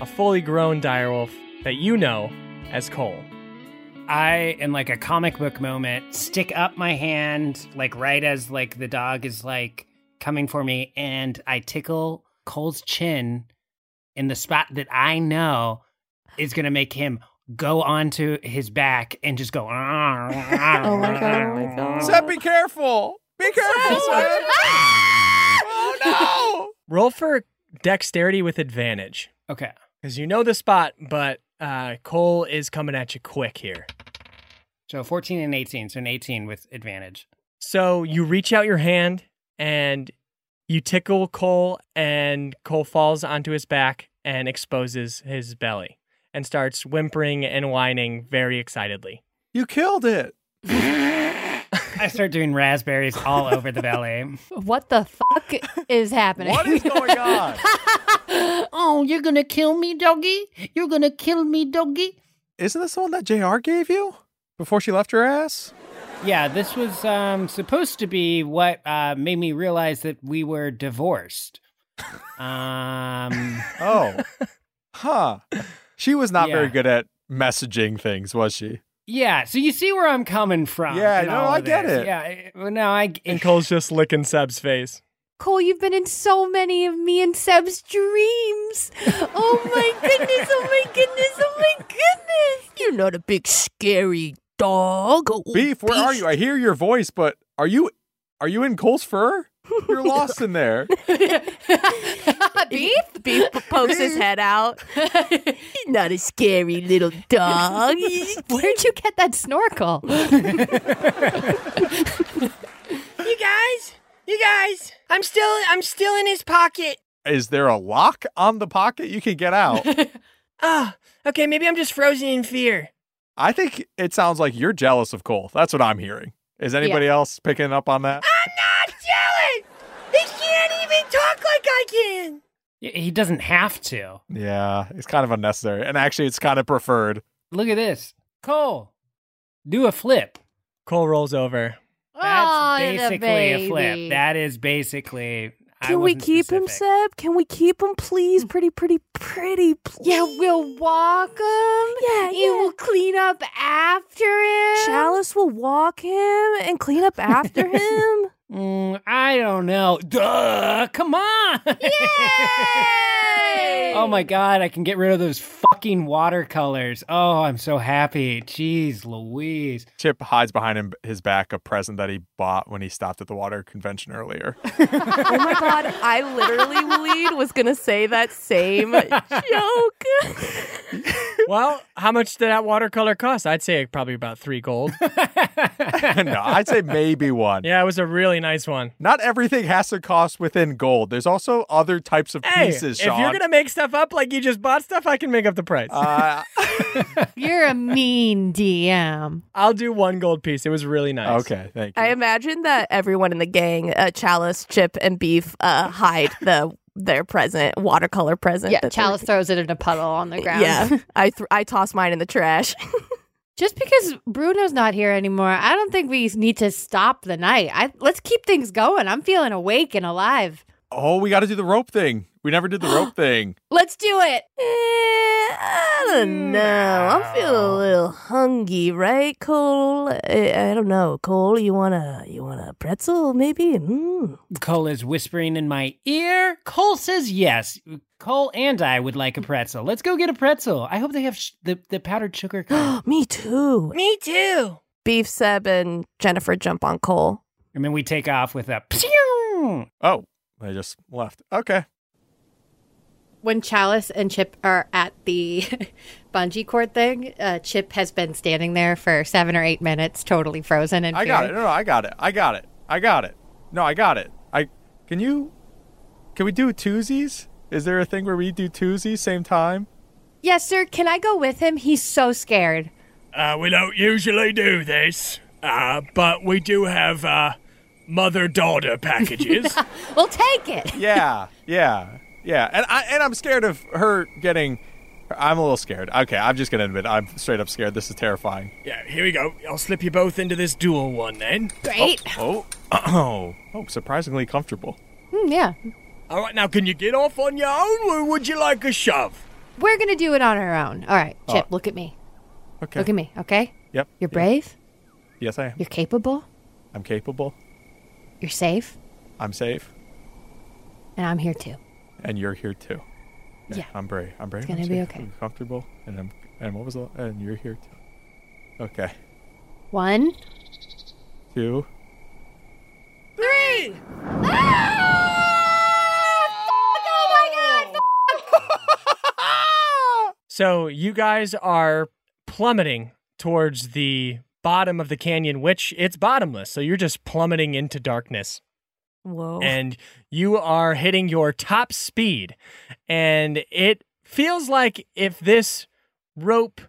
A fully grown direwolf that you know as Cole. I, in like a comic book moment, stick up my hand, like right as like the dog is like coming for me, and I tickle Cole's chin in the spot that I know is gonna make him go onto his back and just go. oh Oh my my god. Oh my god. Seb, be careful. Be careful, Seb. Oh Roll for dexterity with advantage. Okay. Because you know the spot, but uh, Cole is coming at you quick here. So 14 and 18. So an 18 with advantage. So you reach out your hand and you tickle Cole, and Cole falls onto his back and exposes his belly and starts whimpering and whining very excitedly. no. You killed it. I start doing raspberries all over the belly. What the fuck is happening? What is going on? oh, you're gonna kill me, doggy? You're gonna kill me, doggy? Isn't this the one that JR gave you before she left her ass? Yeah, this was um, supposed to be what uh, made me realize that we were divorced. Um, Oh. huh. She was not very Yeah. good at messaging things, was she? yeah, so you see where I'm coming from. Yeah, in no, all I of get this. it. Yeah, I- well, no, I. And Cole's just licking Seb's face. Cole, you've been in so many of me and Seb's dreams. Oh my goodness, oh my goodness, oh my goodness. You're not a big scary dog. Oh, Beef, where are you? I hear your voice, but are you are you in Cole's fur? You're lost in there. Beef? Beef p- pokes his head out. You're not a scary little dog. Where'd you get that snorkel? You guys, you guys, I'm still, I'm still in his pocket. Is there a lock on the pocket you can get out? Ah, okay, maybe I'm just frozen in fear. I think it sounds like you're jealous of Cole. That's what I'm hearing. Is anybody else picking up on that? I'm not jealous. He can't even talk like I can. He doesn't have to. Yeah, it's kind of unnecessary. And actually, it's kind of preferred. Look at this. Cole, do a flip. Cole rolls over. Oh, That's the basically a baby. flip. That is basically. I Can we wasn't keep him, specific. Seb? Can we keep him, please? Pretty, pretty, pretty, please. Yeah, we'll walk him. Yeah, and yeah. we'll clean up after him. Chalice will walk him and clean up after him. Mm, I don't know. Duh! Come on! Yay! oh my god, I can get rid of those fucking watercolors. Oh, I'm so happy. Jeez Louise. Chip hides behind him, his back a present that he bought when he stopped at the water convention earlier. Oh my god, I literally, Waleed, was gonna say that same joke. Well, how much did that watercolor cost? I'd say probably about three gold. no, I'd say maybe one. yeah, it was a really nice one. Not everything has to cost within gold. There's also other types of Hey, pieces, if Sean. you're gonna make stuff up like you just bought stuff, I can make up the price. Uh, You're a mean DM. I'll do one gold piece. It was really nice. okay, thank you. I imagine that everyone in the gang, uh, Chalice, Chip, and Beef, uh, hide the their present watercolor present. Yeah, that they were- Chalice throws it in a puddle on the ground. Yeah, I th- I toss mine in the trash. Just because Bruno's not here anymore, I don't think we need to stop the night. I let's keep things going. I'm feeling awake and alive. Oh, we got to do the rope thing. We never did the rope thing. Let's do it. Eh, I Mm, don't know. I'm feeling a little hungry, right, Cole? Eh, I, I don't know, Cole. You wanna you want a pretzel maybe? Mm. Cole is whispering in my ear. Cole says yes. Cole and I would like a pretzel. Let's go get a pretzel. I hope they have sh- the, the powdered sugar. kind. Me too. Me too. Beef Seb and Jennifer jump on Cole. and then we take off with a pew! Hmm. Oh, they just left. Okay. when Chalice and Chip are at the bungee cord thing, uh, Chip has been standing there for seven or eight minutes, totally frozen in I fear. got it. No, no, I got it. I got it. I got it. No, I got it. I can you can we do twosies? Is there a thing where we do twosies same time? Yes, sir. Can I go with him? He's so scared. Uh, we don't usually do this, uh, but we do have uh, mother daughter packages. we'll take it. Yeah, yeah, yeah. And I and I'm scared of her getting. I'm a little scared. Okay, I'm just gonna admit I'm straight up scared. This is terrifying. yeah, here we go. I'll slip you both into this dual one then. Great. Oh, oh, oh, surprisingly comfortable. Hmm, yeah. All right, now can you get off on your own, or would you like a shove? We're going to do it on our own. All right, Chip, Oh. look at me. Okay. Look at me, okay? Yep. You're brave. Yes, I am. You're capable. I'm capable. You're safe. I'm safe, And I'm here too. and you're here too. Yeah. I'm brave. I'm brave. It's gonna I'm be safe, okay. I'm comfortable, and I'm and what was the, and you're here too. Okay. One, Two. three. Ah, oh So you guys are plummeting towards the bottom of the canyon, which it's bottomless. So you're just plummeting into darkness. Oh. Whoa. And you are hitting your top speed. And it feels like if this rope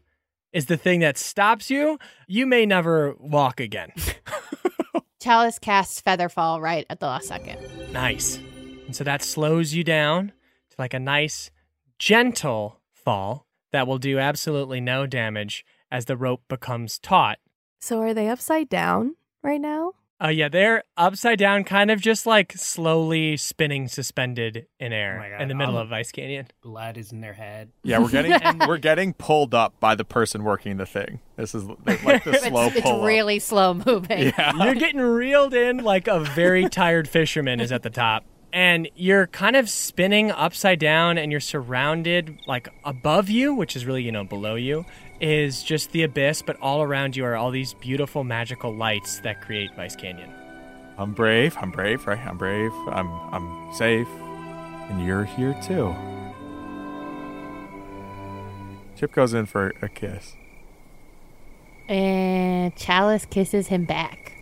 is the thing that stops you, you may never walk again. Chalice casts Featherfall right at the last second. Nice. And so that slows you down to like a nice, gentle fall that will do absolutely no damage as the rope becomes taut. So are they upside down right now? Oh, yeah, they're upside down, kind of just like slowly spinning, suspended in air in the middle Oh I'm- of Ice Canyon. Blood is in their head. Yeah, we're getting we're getting pulled up by the person working the thing. This is like the It's- slow it's, pull. up. really slow moving. You're getting reeled in like a very tired fisherman is at the top. And you're kind of spinning upside down and you're surrounded like above you, which is really, you know, below you, is just the abyss, but all around you are all these beautiful magical lights that create Vice Canyon. I'm brave. I'm brave, right? I'm brave. I'm I'm safe, and you're here too. Chip goes in for a kiss. And Chalice kisses him back.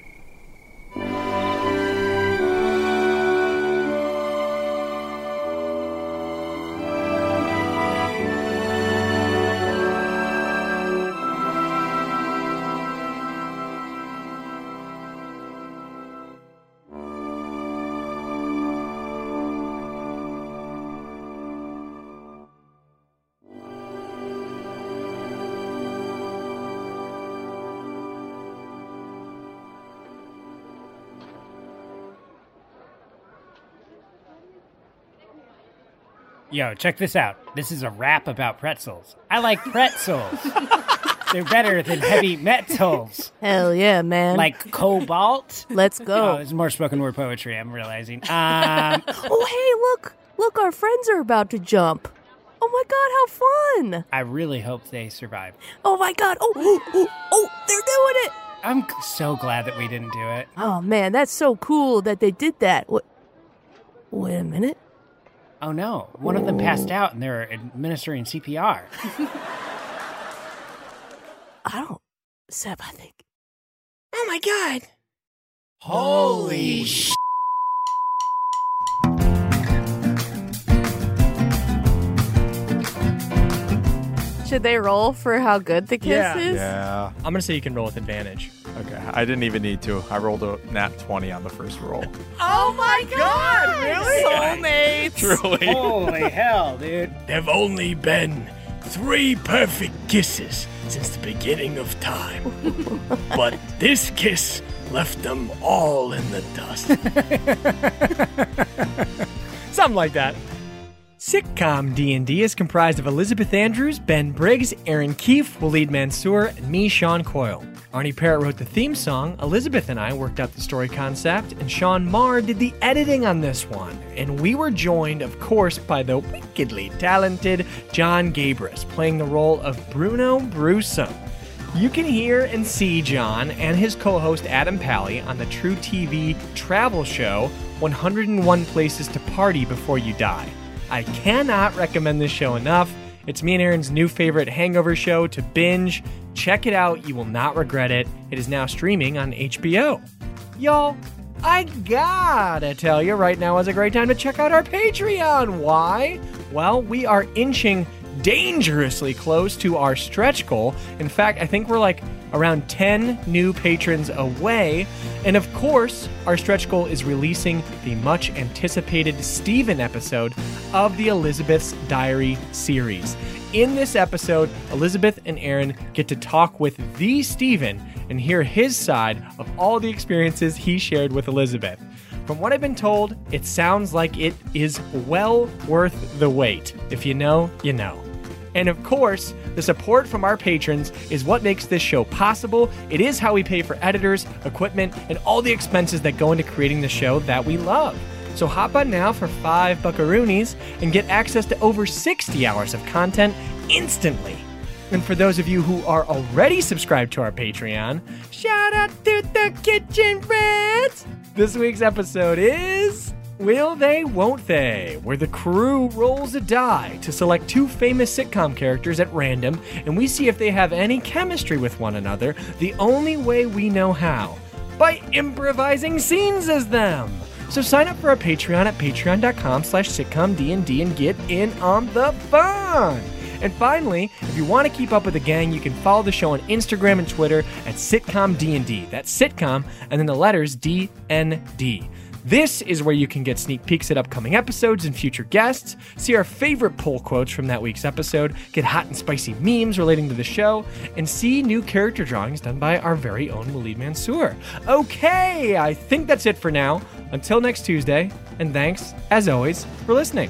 Yo, check this out. This is a rap about pretzels. I like pretzels. They're better than heavy metals. Hell yeah, man. Like cobalt. Let's go. Oh, it's more spoken word poetry, I'm realizing. Um, oh, hey, look. Look, our friends are about to jump. Oh my god, how fun. I really hope they survive. Oh my god. Oh, oh, oh, oh, they're doing it. I'm so glad that we didn't do it. Oh man, that's so cool that they did that. What? Wait a minute. Oh no, one of them passed out and they're administering CPR. I don't. Seb, I think. Oh my god. Holy sh! Should they roll for how good the kiss is? Yeah. I'm gonna say you can roll with advantage. Okay. I didn't even need to. I rolled a nat twenty on the first roll. Oh my god! really? Soulmates. Holy hell, dude. There've only been three perfect kisses since the beginning of time. but this kiss left them all in the dust. Something like that. Sitcom D&D is comprised of Elizabeth Andrews, Ben Briggs, Aaron Keefe, Waleed Mansour, and me, Sean Coyle. Arnie Parrott wrote the theme song, Elizabeth and I worked out the story concept, and Sean Marr did the editing on this one. And we were joined, of course, by the wickedly talented John Gabris, playing the role of Bruno Brusso. You can hear and see John and his co host Adam Pally on the True TV travel show 101 Places to Party Before You Die. I cannot recommend this show enough. It's me and Aaron's new favorite hangover show to binge. Check it out, you will not regret it. It is now streaming on HBO. Y'all, I gotta tell you, right now is a great time to check out our Patreon. Why? Well, we are inching dangerously close to our stretch goal. In fact, I think we're like around 10 new patrons away. And of course, our stretch goal is releasing the much anticipated Steven episode of the Elizabeth's Diary series. In this episode, Elizabeth and Aaron get to talk with the Steven and hear his side of all the experiences he shared with Elizabeth. From what I've been told, it sounds like it is well worth the wait. If you know, you know. And of course, the support from our patrons is what makes this show possible. It is how we pay for editors, equipment, and all the expenses that go into creating the show that we love. So hop on now for five buckaroonies and get access to over 60 hours of content instantly. And for those of you who are already subscribed to our Patreon, shout out to the Kitchen Friends! This week's episode is Will They, Won't They, where the crew rolls a die to select two famous sitcom characters at random and we see if they have any chemistry with one another the only way we know how by improvising scenes as them. So sign up for our Patreon at patreon.com slash sitcomdnd and get in on the fun. And finally, if you want to keep up with the gang, you can follow the show on Instagram and Twitter at sitcomdnd. That's sitcom and then the letters DND. This is where you can get sneak peeks at upcoming episodes and future guests, see our favorite poll quotes from that week's episode, get hot and spicy memes relating to the show, and see new character drawings done by our very own Walid Mansour. Okay, I think that's it for now. Until next Tuesday, and thanks, as always, for listening.